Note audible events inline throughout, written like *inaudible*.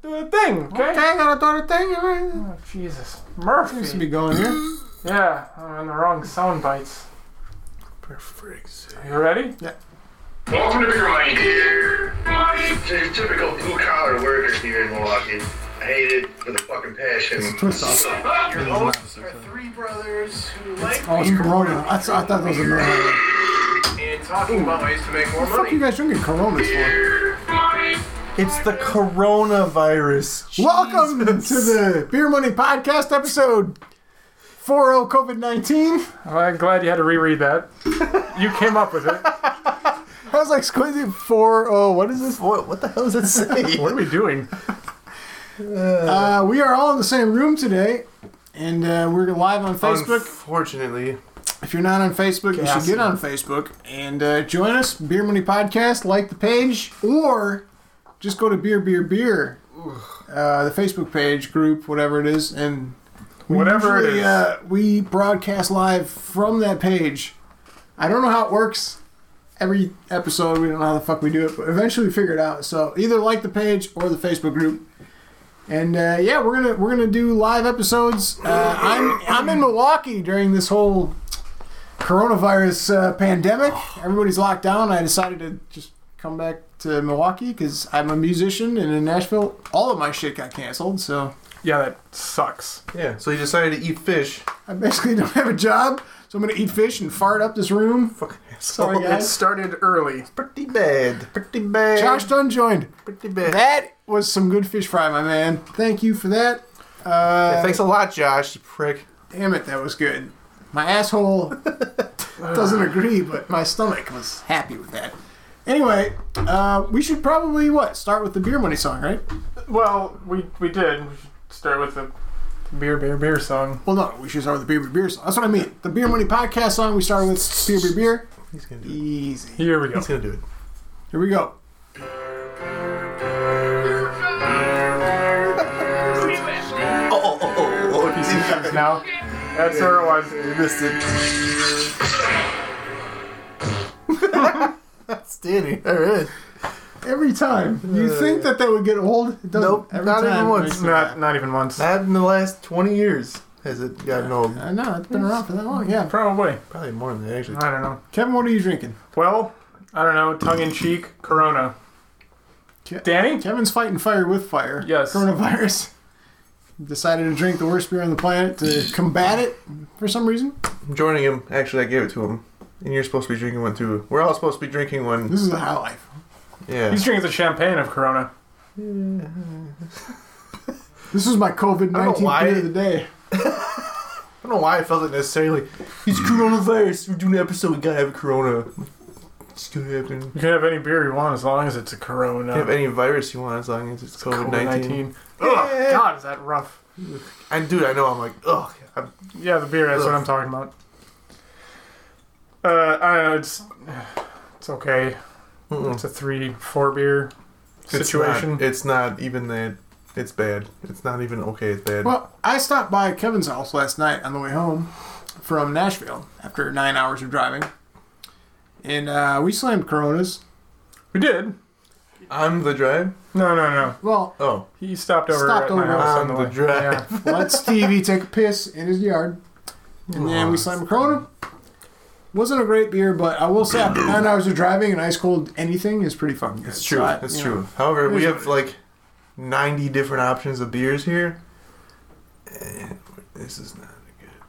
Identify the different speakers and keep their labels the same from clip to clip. Speaker 1: do a thing, okay?
Speaker 2: I gotta do the thing. Right?
Speaker 1: Oh, Jesus,
Speaker 2: Seems to
Speaker 1: Murphy.
Speaker 2: be going here.
Speaker 1: yeah, I'm on the wrong sound bites.
Speaker 2: For frig's sake.
Speaker 1: Are you ready?
Speaker 3: Welcome to Bigger Mike. My t- typical blue collar worker here in Milwaukee. I hate it with a fucking passion.
Speaker 2: twist off.
Speaker 3: Your hosts are three brothers who like
Speaker 2: Oh, it's
Speaker 3: beer
Speaker 2: Corona. I, s- I thought that was a Corona.
Speaker 3: and talking about ways to make more
Speaker 2: What the fuck you
Speaker 3: money.
Speaker 2: guys drinking Coronas for?
Speaker 4: It's the coronavirus.
Speaker 2: Welcome to the Beer Money Podcast episode 40 COVID 19.
Speaker 1: Well, I'm glad you had to reread that. you came up with it.
Speaker 2: *laughs*
Speaker 1: *laughs*
Speaker 2: I was like squeezing 40. What is this?
Speaker 4: What, what the hell does it say?
Speaker 1: What are we doing?
Speaker 2: Uh, we are all in the same room today, and uh, we're live on Facebook.
Speaker 4: Unfortunately,
Speaker 2: If you're not on Facebook, you should
Speaker 1: Chaos.
Speaker 2: get on Facebook and uh, join us, Beer Money Podcast. Like the page, or just go to Beer Beer Beer, uh, the Facebook page, group, whatever it is, and we
Speaker 1: Whatever it
Speaker 2: usually,
Speaker 1: is.
Speaker 2: uh, we broadcast live from that page. I don't know how it works. Every episode, we don't know how the fuck we do it, but eventually we figure it out. So either like the page or the Facebook group. And uh, yeah, we're gonna we're gonna do live episodes. Uh, I'm I'm in Milwaukee during this whole coronavirus uh, pandemic. Everybody's locked down. I decided to just come back to Milwaukee because I'm a musician, and in Nashville, all of my shit got canceled. So
Speaker 1: Yeah, that sucks.
Speaker 4: yeah. So he decided to eat fish.
Speaker 2: I basically *laughs* don't have a job. So I'm gonna eat fish and fart up this room. Oh,
Speaker 4: Fucking
Speaker 2: Sorry,
Speaker 4: asshole.
Speaker 2: guys.
Speaker 1: It started early.
Speaker 4: Pretty bad. Pretty bad.
Speaker 2: Josh Dunn joined.
Speaker 4: pretty bad.
Speaker 2: That was some good fish fry, my man. Thank you for that. Uh,
Speaker 4: Thanks a lot, Josh. You prick.
Speaker 2: Damn it, that was good. My
Speaker 4: *laughs*
Speaker 2: asshole doesn't agree, but my stomach was happy with that. Anyway, uh, we should probably what start with the beer money song, right?
Speaker 1: Well, we we did. We should start with the beer, beer, beer song.
Speaker 2: Well, no, we should start with the beer beer beer song. That's what I mean. The beer money podcast song. We started with beer beer beer.
Speaker 4: He's gonna do it.
Speaker 2: Easy.
Speaker 1: Here we go.
Speaker 4: He's gonna do it.
Speaker 2: Here we go.
Speaker 4: Oh, oh, oh, oh, oh. He's
Speaker 1: Now, that's where it was.
Speaker 4: You missed it. *laughs* That's Danny. There it is.
Speaker 2: Every time you think that they would get old, it doesn't.
Speaker 4: Nope,
Speaker 2: Every
Speaker 4: not
Speaker 2: time
Speaker 4: even
Speaker 2: it
Speaker 4: once.
Speaker 2: makes me laugh.
Speaker 1: Not not even once.
Speaker 4: Not in the last 20 years has it gotten old.
Speaker 2: I know it's been around for that long. Yeah.
Speaker 1: Probably.
Speaker 4: Probably more than that, actually.
Speaker 1: I don't know.
Speaker 2: Kevin, what are you drinking?
Speaker 1: Well, I don't know. Tongue in cheek, Corona.
Speaker 2: Ke-
Speaker 1: Danny?
Speaker 2: Kevin's fighting fire with fire.
Speaker 1: Yes.
Speaker 2: Coronavirus. Decided to drink the worst beer on the planet to combat it for some reason.
Speaker 4: I'm joining him. Actually, I gave it to him. And you're supposed to be drinking one too. We're all supposed to be drinking one.
Speaker 2: *laughs* This is the high life.
Speaker 4: Yeah.
Speaker 1: He's drinking the champagne of Corona.
Speaker 2: This is my COVID
Speaker 4: I don't know why.
Speaker 2: nineteen beer of the day.
Speaker 4: I don't know why I felt it necessarily. It's coronavirus. We're doing an episode. We gotta have a corona. It's gonna happen.
Speaker 1: You can have any beer you want as long as it's a Corona.
Speaker 4: You can have any virus you want as long as it's COVID nineteen.
Speaker 1: Oh
Speaker 4: Yeah.
Speaker 1: God, is that rough?
Speaker 4: And dude, I know. I'm like, ugh. I'm,
Speaker 1: Yeah, the beer. That's what
Speaker 4: Ugh.
Speaker 1: I'm talking about. Uh, I don't know. It's it's okay.
Speaker 4: mm-mm.
Speaker 1: It's a three, four beer
Speaker 4: It's
Speaker 1: situation.
Speaker 4: not- It's not, even that. It's bad. It's not even okay. It's bad.
Speaker 2: Well, I stopped by Kevin's house last night on the way home from Nashville after nine hours of driving, and uh, we slammed Coronas.
Speaker 1: we did.
Speaker 4: I'm the drive.
Speaker 1: No, no, no.
Speaker 2: Well,
Speaker 4: Oh,
Speaker 1: He stopped over
Speaker 2: Stopped
Speaker 1: at
Speaker 2: over
Speaker 1: my house
Speaker 4: on
Speaker 1: on
Speaker 4: the
Speaker 1: the way.
Speaker 4: drive.
Speaker 1: Yeah.
Speaker 2: let Stevie take a piss in his yard, and then we slammed Corona. Wasn't a great beer, but I will say after nine hours of driving, an ice cold anything is pretty fucking good.
Speaker 4: it's true.
Speaker 2: So I-
Speaker 4: It's
Speaker 2: you
Speaker 4: true.
Speaker 2: know,
Speaker 4: However, we
Speaker 2: Here's
Speaker 4: have like 90 different options of beers here. Eh, This is not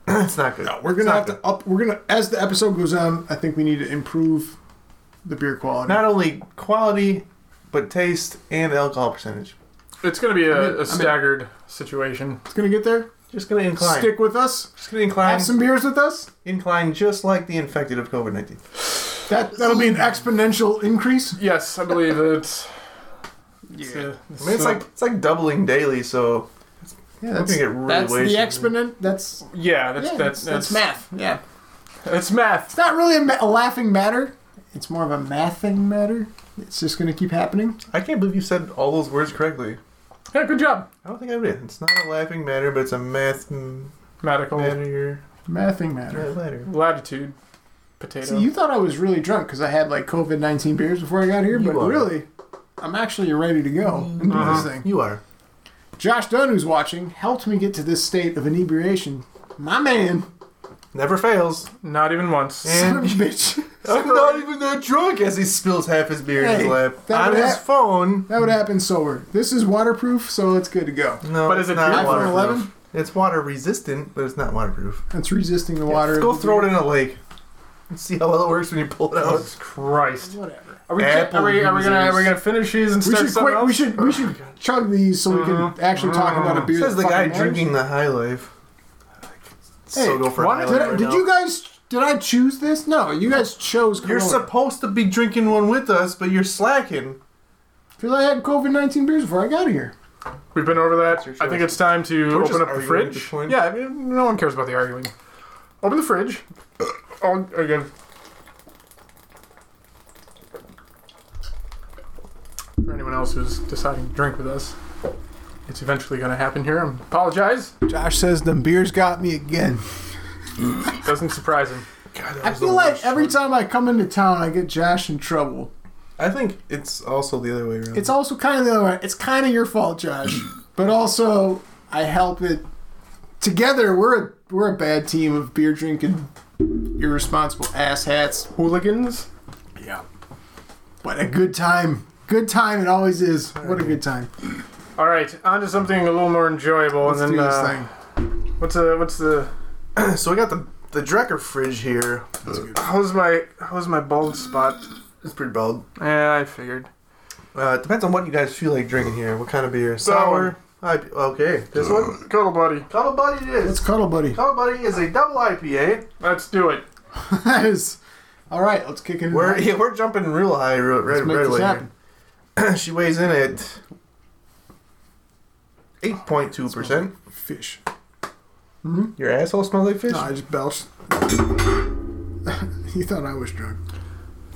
Speaker 4: good. *clears throat* it's not good.
Speaker 2: no, we're gonna have to up. We're gonna as the episode goes on. I think we need to improve the beer quality.
Speaker 4: not only quality, but taste and alcohol percentage.
Speaker 1: It's gonna be
Speaker 2: I'm in.
Speaker 1: a,
Speaker 2: I'm in.
Speaker 1: a staggered situation.
Speaker 2: it's gonna get there.
Speaker 4: Just gonna incline.
Speaker 2: Stick with us.
Speaker 4: Just gonna incline.
Speaker 2: Have some beers with us.
Speaker 4: Incline just like the infected of COVID nineteen.
Speaker 2: That that'll be an exponential increase.
Speaker 1: Yes, I believe it's. it's, uh,
Speaker 4: I mean, it's like it's like doubling daily. So
Speaker 2: Yeah,
Speaker 4: that's-
Speaker 2: that's,
Speaker 4: gonna get really
Speaker 2: that's the
Speaker 4: wasted.
Speaker 2: exponent. That's
Speaker 1: yeah, that's
Speaker 2: yeah,
Speaker 1: that's, that's
Speaker 2: math. Yeah,
Speaker 1: It's math.
Speaker 2: it's not really a, ma- a laughing matter. It's more of a mathing matter. It's just gonna keep happening.
Speaker 4: I can't believe you said all those words correctly.
Speaker 1: Yeah, good job.
Speaker 4: I don't think I did. It's not a laughing matter, but it's a math m-
Speaker 2: Oh.
Speaker 1: Medical
Speaker 4: matter.
Speaker 2: Mathing matter.
Speaker 4: Math matter.
Speaker 1: latitude potato.
Speaker 2: See, you thought I was really drunk because I had like COVID nineteen beers before I got here,
Speaker 4: You
Speaker 2: but
Speaker 4: are.
Speaker 1: Mm-hmm.
Speaker 2: really, I'm actually ready to go and do this thing.
Speaker 4: You are.
Speaker 2: Josh Dunn, who's watching, helped me get to this state of inebriation. My man,
Speaker 4: Never fails.
Speaker 1: Not even once.
Speaker 2: son of a bitch. *laughs*
Speaker 4: I'm not even that drunk as he spills half his beer in
Speaker 2: Hey,
Speaker 4: his lap
Speaker 2: that
Speaker 4: on
Speaker 2: would
Speaker 4: his
Speaker 2: hap-
Speaker 4: phone.
Speaker 2: That would happen sober. This is waterproof, so it's good to go.
Speaker 4: No,
Speaker 1: But is
Speaker 4: it's
Speaker 1: it
Speaker 4: not
Speaker 1: beer?
Speaker 2: iPhone
Speaker 4: waterproof.
Speaker 2: 11?
Speaker 4: It's water resistant, but it's not waterproof.
Speaker 2: It's resisting the water.
Speaker 4: Let's go throw it in a lake and see how well it works when you pull it out.
Speaker 1: Jesus Christ.
Speaker 2: Whatever.
Speaker 1: Are we,
Speaker 4: Apple
Speaker 1: are we, are we gonna are we
Speaker 4: users.
Speaker 1: gonna finish these and
Speaker 2: We
Speaker 1: start
Speaker 2: should
Speaker 1: something
Speaker 2: quit.
Speaker 1: else?
Speaker 2: We should we should chug these so we can actually talk about a beer.
Speaker 4: Says
Speaker 2: that
Speaker 4: the guy
Speaker 2: fucking matters.
Speaker 4: drinking the high life. so go for a
Speaker 1: why
Speaker 4: high
Speaker 1: did
Speaker 4: life
Speaker 2: Did, I-
Speaker 4: right
Speaker 2: did
Speaker 4: now.
Speaker 2: you guys? Did I choose this? No, you guys chose. Corona.
Speaker 4: You're supposed to be drinking one with us, but you're slacking.
Speaker 2: Because I had COVID nineteen beers before I got here.
Speaker 1: We've been over that.
Speaker 4: your
Speaker 1: I think
Speaker 4: choice.
Speaker 1: it's time to
Speaker 4: We're just
Speaker 1: open up the
Speaker 4: arguing at this
Speaker 1: fridge.
Speaker 4: point.
Speaker 1: Yeah, I mean, no one cares about the arguing. Open the
Speaker 4: *coughs*
Speaker 1: fridge. Oh, again. For anyone else who's deciding to drink with us, it's eventually going to happen here. I apologize.
Speaker 2: Josh says them beers got me again.
Speaker 1: Doesn't surprise him.
Speaker 4: God, that
Speaker 2: I
Speaker 4: was the
Speaker 2: feel like
Speaker 4: worst
Speaker 2: every
Speaker 4: one.
Speaker 2: time I come into town, I get Josh in trouble.
Speaker 4: I think it's also the other way around.
Speaker 2: It's also kind of the other way. It's kind of your fault, *coughs* Josh, but also I help it. Together, we're a we're a bad team of beer drinking, irresponsible asshats.
Speaker 1: Hooligans.
Speaker 2: Yeah. But a good time. Good time it always is. What a good time.
Speaker 1: All right, on to something a little more enjoyable.
Speaker 2: Let's
Speaker 1: and
Speaker 2: do
Speaker 1: then,
Speaker 2: this
Speaker 1: uh,
Speaker 2: thing.
Speaker 1: What's the what's the
Speaker 4: so we got the the Drecker fridge here.
Speaker 1: how's my how's my bald spot?
Speaker 4: It's pretty bold.
Speaker 1: Yeah, I figured.
Speaker 4: Uh, it depends on what you guys feel like drinking here. What kind of beer? Sour. IP- okay. This one.
Speaker 1: Cuddle buddy.
Speaker 4: Cuddle Buddy it
Speaker 2: Let's
Speaker 4: is.
Speaker 2: cuddle,
Speaker 4: *laughs*
Speaker 2: buddy.
Speaker 4: Cuddle Buddy is a double IPA.
Speaker 1: Let's do it.
Speaker 2: That is. All right, let's kick it in.
Speaker 4: We're *laughs* yeah, we're jumping real high real, right,
Speaker 2: Let's make
Speaker 4: right
Speaker 2: this
Speaker 4: away.
Speaker 2: happen.
Speaker 4: here. she weighs in at eight point two percent.
Speaker 2: Fish.
Speaker 4: Your asshole smells like fish.
Speaker 2: No, I just belched. *laughs* you thought I was drunk.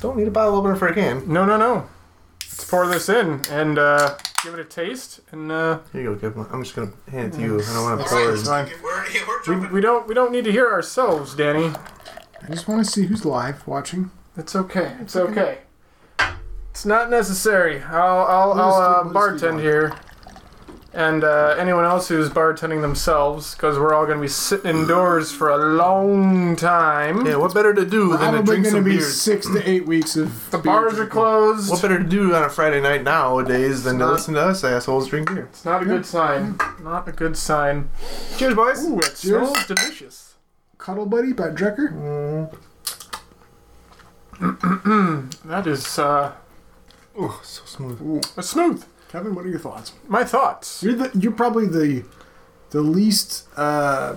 Speaker 4: Don't need a bottle opener for a can.
Speaker 1: No, no, no. Let's pour this in and uh, give it a taste. And uh,
Speaker 4: Here you go, Kevin. I'm just gonna hand it to you. I don't want to
Speaker 2: That's
Speaker 4: pour
Speaker 2: fine.
Speaker 4: Oh, it.
Speaker 2: That's fine.
Speaker 3: We're, yeah, we're
Speaker 1: we,
Speaker 3: jumping.
Speaker 1: we don't we don't need to hear ourselves, Danny.
Speaker 2: I just want to see who's live watching.
Speaker 1: It's okay. It's okay. It's not necessary. I'll I'll,
Speaker 2: We'll just
Speaker 1: I'll uh,
Speaker 2: do- we'll just do
Speaker 1: bartend
Speaker 2: one.
Speaker 1: here. And uh, anyone else who's bartending themselves, because we're all going to be sitting indoors for a long time.
Speaker 4: Yeah, what better to do than to
Speaker 2: Probably going
Speaker 4: drink
Speaker 2: to
Speaker 4: some
Speaker 2: be
Speaker 4: beers?
Speaker 2: six to eight weeks of.
Speaker 1: The bars are closed.
Speaker 4: What better to do on a Friday night nowadays than to
Speaker 1: not-
Speaker 4: listen to us assholes drink beer?
Speaker 1: It's not a good sign. Not a good sign.
Speaker 4: Cheers, boys.
Speaker 1: Ooh, it smells delicious.
Speaker 2: Cuddle Buddy by Drecker.
Speaker 1: That is uh,
Speaker 4: Oh, so smooth.
Speaker 1: smooth.
Speaker 2: Kevin, what are your thoughts?
Speaker 1: My thoughts.
Speaker 2: You're the, you're probably the the least. Uh,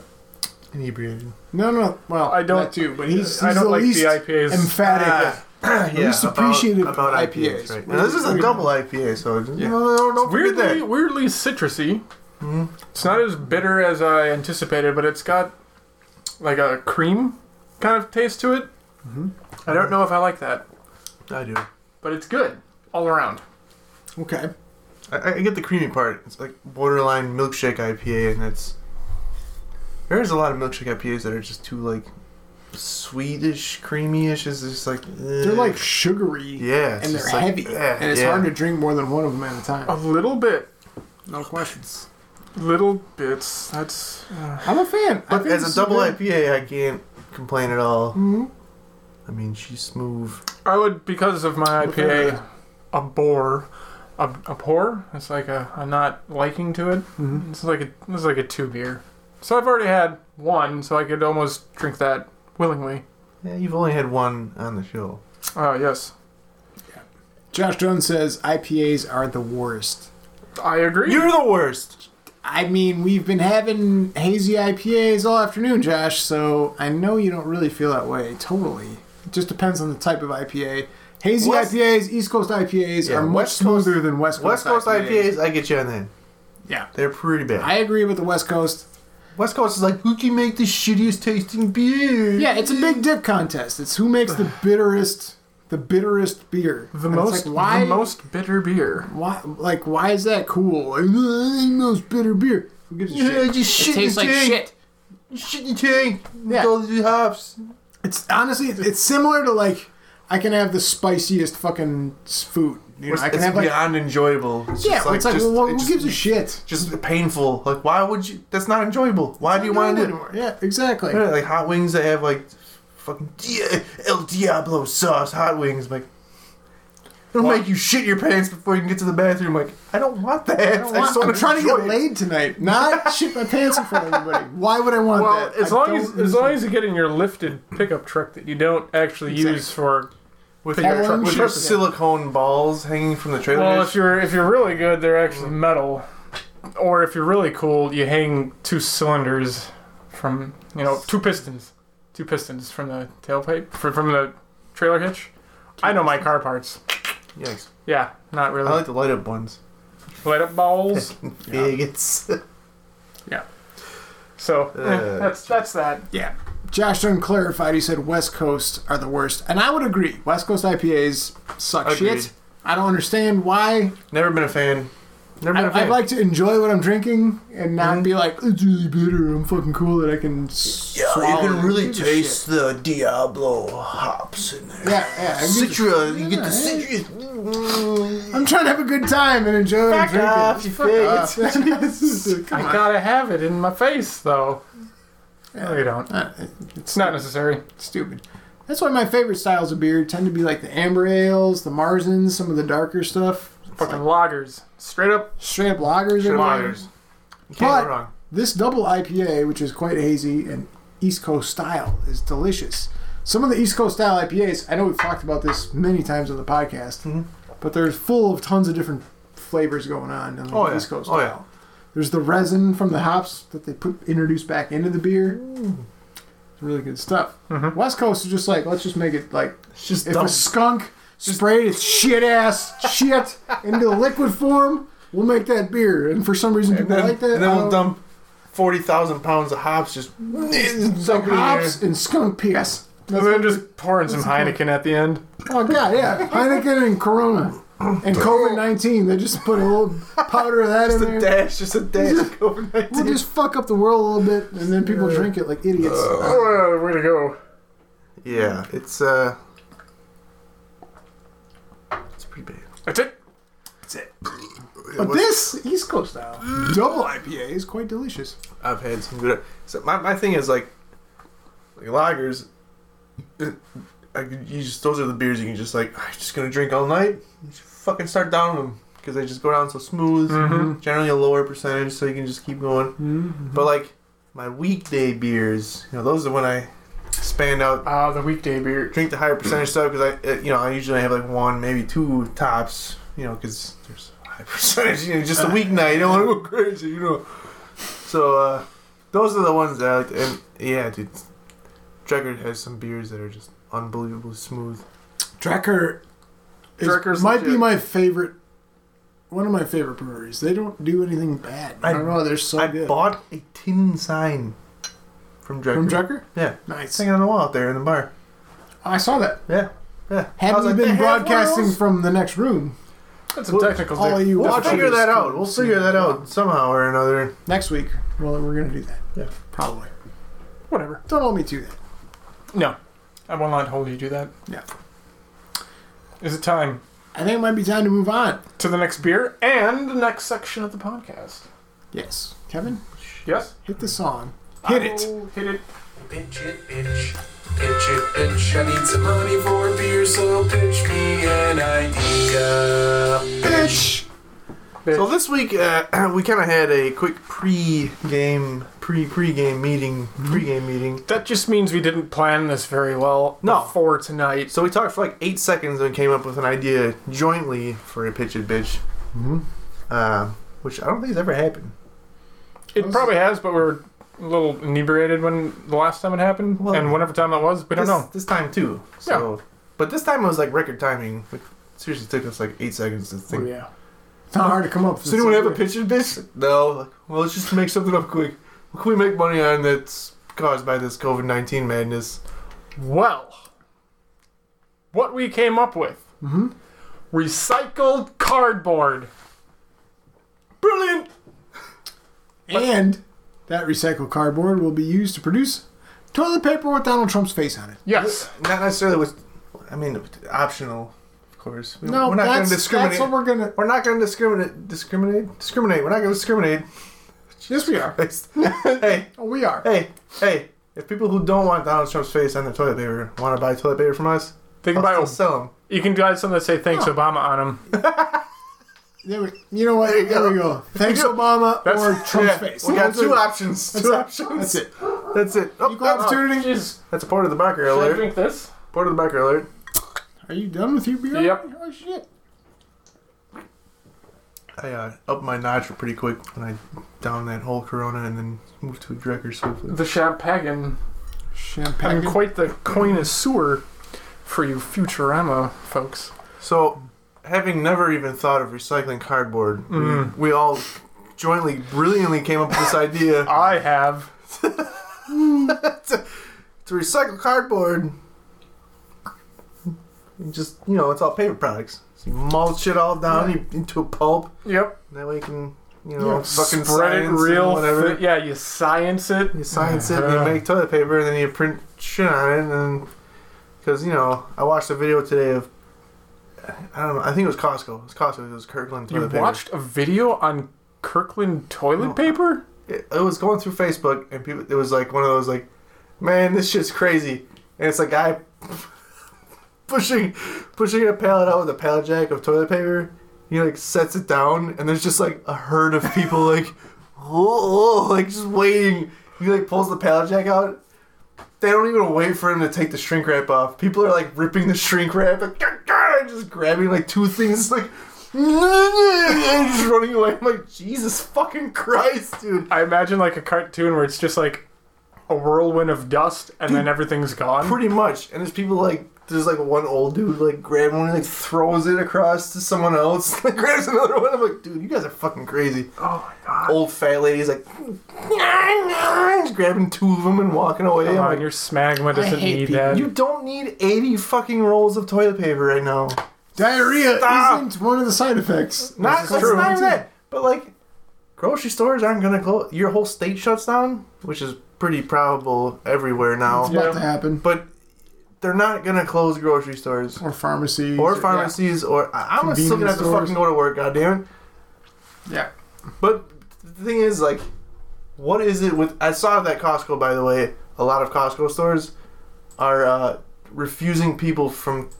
Speaker 4: Inebriated.
Speaker 2: no, no. Well,
Speaker 1: I don't-
Speaker 2: that too, but he's, he's
Speaker 1: I don't
Speaker 2: the
Speaker 1: like the
Speaker 2: least
Speaker 1: IPAs.
Speaker 2: emphatic.
Speaker 1: Ah.
Speaker 4: yeah,
Speaker 2: least appreciative of IPAs.
Speaker 4: right? Now, this is a
Speaker 2: Weirdly.
Speaker 4: double IPA, so you know, don't, don't forget
Speaker 1: weirdly,
Speaker 4: that.
Speaker 1: weirdly citrusy.
Speaker 4: Mm-hmm.
Speaker 1: It's not as bitter as I anticipated, but it's got like a cream kind of taste to it.
Speaker 4: Mm-hmm.
Speaker 1: I don't know if I like that,
Speaker 4: I do.
Speaker 1: but it's good all around.
Speaker 2: Okay.
Speaker 4: I, I get the creamy part. It's like borderline milkshake IPA, and it's there's a lot of milkshake IPAs that are just too like sweetish, creamy-ish. It's just like eh.
Speaker 2: They're like sugary.
Speaker 4: Yeah, it's
Speaker 2: And they're
Speaker 4: just like,
Speaker 2: heavy.
Speaker 4: yeah,
Speaker 2: and it's
Speaker 4: yeah.
Speaker 2: hard to drink more than one of them at a
Speaker 1: A
Speaker 2: time.
Speaker 1: little bit,
Speaker 2: No questions.
Speaker 1: little bits. That's uh,
Speaker 2: I'm a fan. I
Speaker 4: But
Speaker 2: think
Speaker 4: as
Speaker 2: this
Speaker 4: a
Speaker 2: is
Speaker 4: double
Speaker 2: good.
Speaker 4: IPA, I can't complain at all.
Speaker 2: Mm-hmm.
Speaker 4: I mean, she's smooth.
Speaker 1: I would because of my
Speaker 2: Look at
Speaker 1: IPA abhor, ab- abhor. It's like a, a not liking to it.
Speaker 2: Mm-hmm.
Speaker 1: It's like a it's like a two beer. So I've already had one, so I could almost drink that willingly.
Speaker 4: Yeah, you've only had one on the show.
Speaker 1: Oh yes,
Speaker 2: Josh Jones says IPAs are the worst.
Speaker 1: I agree.
Speaker 4: You're the worst.
Speaker 2: I mean, we've been having hazy IPAs all afternoon, Josh, so I know you don't really feel that way totally. It just depends on the type of IPA. Hazy
Speaker 4: West-
Speaker 2: IPAs, East Coast IPAs
Speaker 4: Yeah,
Speaker 2: are much
Speaker 4: West Coast-
Speaker 2: smoother than West Coast,
Speaker 4: West Coast
Speaker 2: IPAs.
Speaker 4: IPAs, I get you on that.
Speaker 2: Yeah.
Speaker 4: They're pretty bad.
Speaker 2: I agree with the West Coast.
Speaker 4: West Coast is like, who can make the shittiest tasting beer?
Speaker 2: Yeah, it's a big dick contest. It's who makes the bitterest, the bitterest beer.
Speaker 1: the
Speaker 2: And it's
Speaker 1: most
Speaker 2: like, why,
Speaker 1: the most bitter beer.
Speaker 2: why, like, why is that cool? Like, "Ugh, most bitter beer. Who gives a
Speaker 4: Yeah,
Speaker 2: shit?
Speaker 4: just shit in the tank. Shit in the tank. With
Speaker 2: Yeah.
Speaker 4: all the hops.
Speaker 2: It's honestly, it's similar to like, I can have the spiciest fucking s- food. You know, I can
Speaker 4: it's
Speaker 2: have like
Speaker 4: beyond enjoyable. It's
Speaker 2: yeah,
Speaker 4: just like,
Speaker 2: it's like
Speaker 4: just,
Speaker 2: well,
Speaker 4: it
Speaker 2: who
Speaker 4: just-
Speaker 2: gives a shit?
Speaker 4: Just painful. Like, why would you? That's not enjoyable. Why do you want to do it anymore?
Speaker 2: Yeah, exactly.
Speaker 4: Yeah, like hot wings that have like fucking Dia- El Diablo sauce hot wings. I'm like, it'll
Speaker 2: Why-
Speaker 4: make you shit your pants before you can get to the bathroom. Like, I don't want that. I
Speaker 2: I
Speaker 4: just
Speaker 2: am
Speaker 4: want
Speaker 2: trying to get
Speaker 4: enjoy it.
Speaker 2: laid tonight, not shit my pants in front of everybody. Why would I want
Speaker 1: Well,
Speaker 2: that?
Speaker 1: as
Speaker 2: I
Speaker 1: long
Speaker 2: don't
Speaker 1: as as
Speaker 2: understand.
Speaker 1: long as you get in your lifted pickup truck that you don't actually use for
Speaker 4: with
Speaker 1: pickup
Speaker 2: Orange
Speaker 1: truck.
Speaker 4: with
Speaker 2: juice.
Speaker 4: those silicone balls hanging from the trailer.
Speaker 1: Well,
Speaker 4: hitch.
Speaker 1: if you're if you're really good, they're actually
Speaker 4: Mm.
Speaker 1: metal. Or if you're really cool, you hang two cylinders from you know two pistons, two pistons from the tailpipe from, from the trailer hitch. I know my car parts.
Speaker 4: Yikes.
Speaker 1: Yeah, not really.
Speaker 4: I like the light up ones.
Speaker 1: Light up
Speaker 4: *laughs*
Speaker 1: balls.
Speaker 4: Bigots. *laughs*
Speaker 1: So eh,
Speaker 4: Uh,
Speaker 1: that's that's that.
Speaker 2: Yeah. Josh Dunn clarified. He said West Coast are the worst, and I would agree. West Coast IPAs suck
Speaker 4: Agreed.
Speaker 2: shit. I don't understand why.
Speaker 4: Never been a fan. Never been a
Speaker 2: I,
Speaker 4: fan.
Speaker 2: I'd like to enjoy what I'm drinking and not be like it's really bitter. I'm fucking cool that I can. s- swallow it." Give a shit.
Speaker 4: the Diablo hops in there.
Speaker 2: Yeah, yeah. I give a
Speaker 4: Citra, you get
Speaker 2: yeah.
Speaker 4: the citrus.
Speaker 2: I'm trying to have a good time and enjoy
Speaker 4: Back
Speaker 2: drinking.
Speaker 4: off, you
Speaker 2: Fuck *laughs* off.
Speaker 1: I
Speaker 2: Come on.
Speaker 1: gotta have it in my face though. No, you don't.
Speaker 2: Uh,
Speaker 1: It's not necessary.
Speaker 2: stupid. That's why my favorite styles of beer tend to be like the amber ales, the Marzens, some of the darker stuff.
Speaker 1: Fucking lagers, straight up.
Speaker 2: Straight up lagers are mine.
Speaker 4: Lagers. You can't
Speaker 2: But-
Speaker 4: go wrong.
Speaker 2: This double IPA, which is quite hazy and East Coast style, is delicious. Some of the East Coast style IPAs, I know we've talked about this many times on the podcast,
Speaker 4: Mm-hmm.
Speaker 2: but they're full of tons of different flavors going on in the
Speaker 4: Oh, yeah.
Speaker 2: East Coast
Speaker 4: Oh, yeah.
Speaker 2: style. There's the resin from the hops that they put introduce back into the beer. It's really good stuff. West Coast is just like let's just make it like
Speaker 4: It's just
Speaker 2: if
Speaker 4: Mm-hmm. dumb.
Speaker 2: a skunk sprayed its shit ass
Speaker 4: *laughs*
Speaker 2: shit into liquid form, we'll make that beer. And for some reason,
Speaker 4: And
Speaker 2: people
Speaker 4: then,
Speaker 2: like that. Oh.
Speaker 4: and then
Speaker 2: I
Speaker 4: we'll
Speaker 2: don't-
Speaker 4: dump 40,000 pounds of hops just.
Speaker 2: It's like hops and skunk piss. That's
Speaker 1: We're
Speaker 2: what-
Speaker 1: just pouring some Heineken at the end.
Speaker 2: oh god, yeah, Heineken and Corona and COVID nineteen. They just put a little powder of that in
Speaker 4: Just
Speaker 2: there.
Speaker 4: a dash, just a dash of COVID 19.
Speaker 2: We'll just fuck up the world a little bit, and then people drink it like idiots.
Speaker 1: Oh, way to go.
Speaker 4: Yeah, it's, uh. It's pretty bad.
Speaker 1: That's it.
Speaker 4: That's it.
Speaker 2: but this East Coast style double IPA is quite delicious.
Speaker 4: I've had some good. So my, my thing is like, like lagers. *laughs* uh, I could, you just those are the beers you can just like I'm just gonna drink all night. You just fucking start down them because they just go down so smooth. Generally a lower percentage, so you can just keep going. But like my weekday beers, you know, those are when I expand out,
Speaker 1: Ah, the weekday beer.
Speaker 4: drink the higher percentage stuff because I, uh, you know, I usually have like one, maybe two tops, you know, because there's a high *laughs* percentage. You know, just a
Speaker 2: Uh.
Speaker 4: weeknight, you don't want to go crazy, you know. So uh, those are the ones that I like. To, and yeah, dude, Drecker has some beers that are just unbelievably smooth.
Speaker 2: Drecker is,
Speaker 1: Drecker's
Speaker 2: might be
Speaker 1: legit.
Speaker 2: my favorite. One of my favorite breweries. They don't do anything bad. I,
Speaker 4: I-
Speaker 2: don't know. They're so
Speaker 4: I
Speaker 2: good.
Speaker 4: bought a tin sign from Drecker.
Speaker 2: From Drecker?
Speaker 4: Yeah, it's
Speaker 2: Nice.
Speaker 4: hanging on the wall out there in the bar.
Speaker 2: I saw that.
Speaker 4: Yeah, yeah. I
Speaker 2: Had
Speaker 4: was
Speaker 2: we
Speaker 4: like,
Speaker 2: been
Speaker 4: "They have one of
Speaker 2: broadcasting
Speaker 4: those?"
Speaker 2: from the next room
Speaker 1: That's a technical
Speaker 2: all
Speaker 1: diff-
Speaker 2: you
Speaker 4: We'll
Speaker 2: watchers
Speaker 4: figure that out.
Speaker 2: can
Speaker 4: We'll
Speaker 2: see
Speaker 4: figure
Speaker 2: it.
Speaker 4: that out somehow or another.
Speaker 2: next week, well, we're gonna do that.
Speaker 4: Yeah.
Speaker 2: Probably.
Speaker 1: Whatever.
Speaker 2: Don't hold me to that.
Speaker 1: No. I will not hold you to that.
Speaker 2: Yeah.
Speaker 1: Is it time
Speaker 2: I think it might be time to move on.
Speaker 1: to the next beer and the next section of the podcast?
Speaker 2: Yes. Kevin,
Speaker 1: Yes?
Speaker 2: hit the song. Hit it.
Speaker 1: Oh, Hit it.
Speaker 5: Pitch it, bitch. Pitch it, bitch. I need some money for a beer, so pitch me an idea.
Speaker 2: Bitch.
Speaker 4: So this week uh, *clears throat* we kind of had a quick pre-game, pre pre-game meeting,
Speaker 1: Mm-hmm.
Speaker 4: pre-game meeting.
Speaker 1: That just means we didn't plan this very well
Speaker 4: No.
Speaker 1: before tonight.
Speaker 4: So we talked for like eight seconds and came up with an idea jointly for a pitch it bitch, mm-hmm. uh, which I don't think has ever happened.
Speaker 1: It probably has, but we were a little inebriated when the last time it happened,
Speaker 4: Well,
Speaker 1: and whenever time that was, we don't
Speaker 4: this,
Speaker 1: know.
Speaker 4: This time too. So, but this time it was like record timing. It seriously took us like eight seconds to think.
Speaker 1: Oh, yeah.
Speaker 2: Oh, It's not hard to come up with.
Speaker 4: Does anyone have a pitch it bitch? No. Like, well, let's just make something up quick. What can we make money on that's caused by this COVID nineteen madness?
Speaker 1: Well, what we came up with recycled cardboard.
Speaker 4: Brilliant.
Speaker 2: And that recycled cardboard will be used to produce toilet paper with Donald Trump's face on it.
Speaker 1: Yes.
Speaker 4: not necessarily with I mean, optional, of course. We-
Speaker 2: No,
Speaker 4: we're not going
Speaker 2: that's,
Speaker 4: to discriminate.
Speaker 2: that's what we're gonna.
Speaker 4: we're not going to discriminate. Discriminate. Discriminate. We're not going to discriminate.
Speaker 2: Yes, we are. *laughs*
Speaker 4: hey,
Speaker 2: Oh, we are.
Speaker 4: hey, hey! If people who don't want Donald Trump's face on their toilet paper want to buy toilet paper from us,
Speaker 1: Think
Speaker 4: I'll still
Speaker 1: about
Speaker 4: sell them.
Speaker 1: you can add something that say thanks
Speaker 2: Huh.
Speaker 1: Obama on them.
Speaker 2: There we, you know what? There, we go. Thanks, Obama
Speaker 1: That's-
Speaker 2: or Trump's face.
Speaker 4: We got
Speaker 2: Those
Speaker 4: two
Speaker 2: are-
Speaker 4: options. Two options.
Speaker 2: That's it.
Speaker 4: That's it. Oh,
Speaker 2: Equal
Speaker 4: oh,
Speaker 2: opportunity.
Speaker 1: Jeez.
Speaker 4: That's a port of the barker alert.
Speaker 1: drink this?
Speaker 4: Port of the barker alert.
Speaker 2: Are you done with your beer?
Speaker 1: Yep.
Speaker 2: Oh shit.
Speaker 4: I uh, upped my notch pretty quick when I downed that whole Corona and then moved to a Drecker swiftly.
Speaker 1: The champagne. I'm
Speaker 2: Champagne.
Speaker 1: quite the connoisseur for you Futurama folks.
Speaker 4: So, having never even thought of recycling cardboard, we-
Speaker 1: Mm.
Speaker 4: we, all jointly, brilliantly came up with this idea
Speaker 1: I have.
Speaker 4: to recycle cardboard. You just, you know, it's all paper products. So you mulch it all down you- into a pulp.
Speaker 1: Yep.
Speaker 4: That way you can, you know,
Speaker 2: Yeah,
Speaker 4: fucking
Speaker 1: Spread it
Speaker 4: science and
Speaker 1: real.
Speaker 4: whatever.
Speaker 1: thi- yeah, you science it.
Speaker 4: You science it, and you
Speaker 1: Uh-huh.
Speaker 4: make toilet paper, and then you print shit on it, and because you know, I watched a video today of I don't know, I think it was Costco. It was Costco. It was Kirkland
Speaker 1: You
Speaker 4: toilet paper.
Speaker 1: watched a video on Kirkland toilet
Speaker 4: No.
Speaker 1: paper?
Speaker 4: It, it was going through Facebook, and people. It was like one of those like, man, this shit's crazy, and it's a guy *laughs* pushing pushing a pallet out with a pallet jack of toilet paper. He like sets it down, and there's just like a herd of people like, *laughs* oh, oh, like just waiting. He like pulls the pallet jack out. They don't even wait for him to take the shrink wrap off. People are like ripping the shrink wrap, like, "Gah, gah," and just grabbing like two things, like, *laughs* and just running away. I'm like, Jesus fucking Christ, dude.
Speaker 1: I imagine like a cartoon where it's just like a whirlwind of dust and then everything's gone.
Speaker 4: Pretty much. And there's people like, there's like one old dude like grabbing one and like throws it across to someone else, *laughs* like grabs another one. I'm like, dude, you guys are fucking crazy.
Speaker 1: oh my god.
Speaker 4: old fat lady's like just grabbing two of them and walking away.
Speaker 1: Come
Speaker 4: I'm
Speaker 1: on,
Speaker 4: like,
Speaker 1: your smegma doesn't
Speaker 2: hate
Speaker 1: need
Speaker 2: people.
Speaker 1: that.
Speaker 4: you don't need 80 fucking rolls of toilet paper right now.
Speaker 2: Diarrhea
Speaker 4: Stop.
Speaker 2: isn't one of the side effects.
Speaker 4: Ah! Not,
Speaker 1: is
Speaker 4: that's
Speaker 1: true.
Speaker 4: not even that. But like, grocery stores aren't gonna close. Your whole state shuts down, which is pretty probable everywhere now.
Speaker 2: It's about
Speaker 1: Yeah.
Speaker 2: to happen.
Speaker 4: But they're not gonna close grocery stores
Speaker 2: Or pharmacy.
Speaker 4: or pharmacies or I- I'm still gonna have to
Speaker 2: Convenience
Speaker 4: fucking go to work. God damn it.
Speaker 2: Yeah.
Speaker 4: But the thing is, like, what is it with? I saw that Costco, by the way. A lot of Costco stores are uh, refusing people from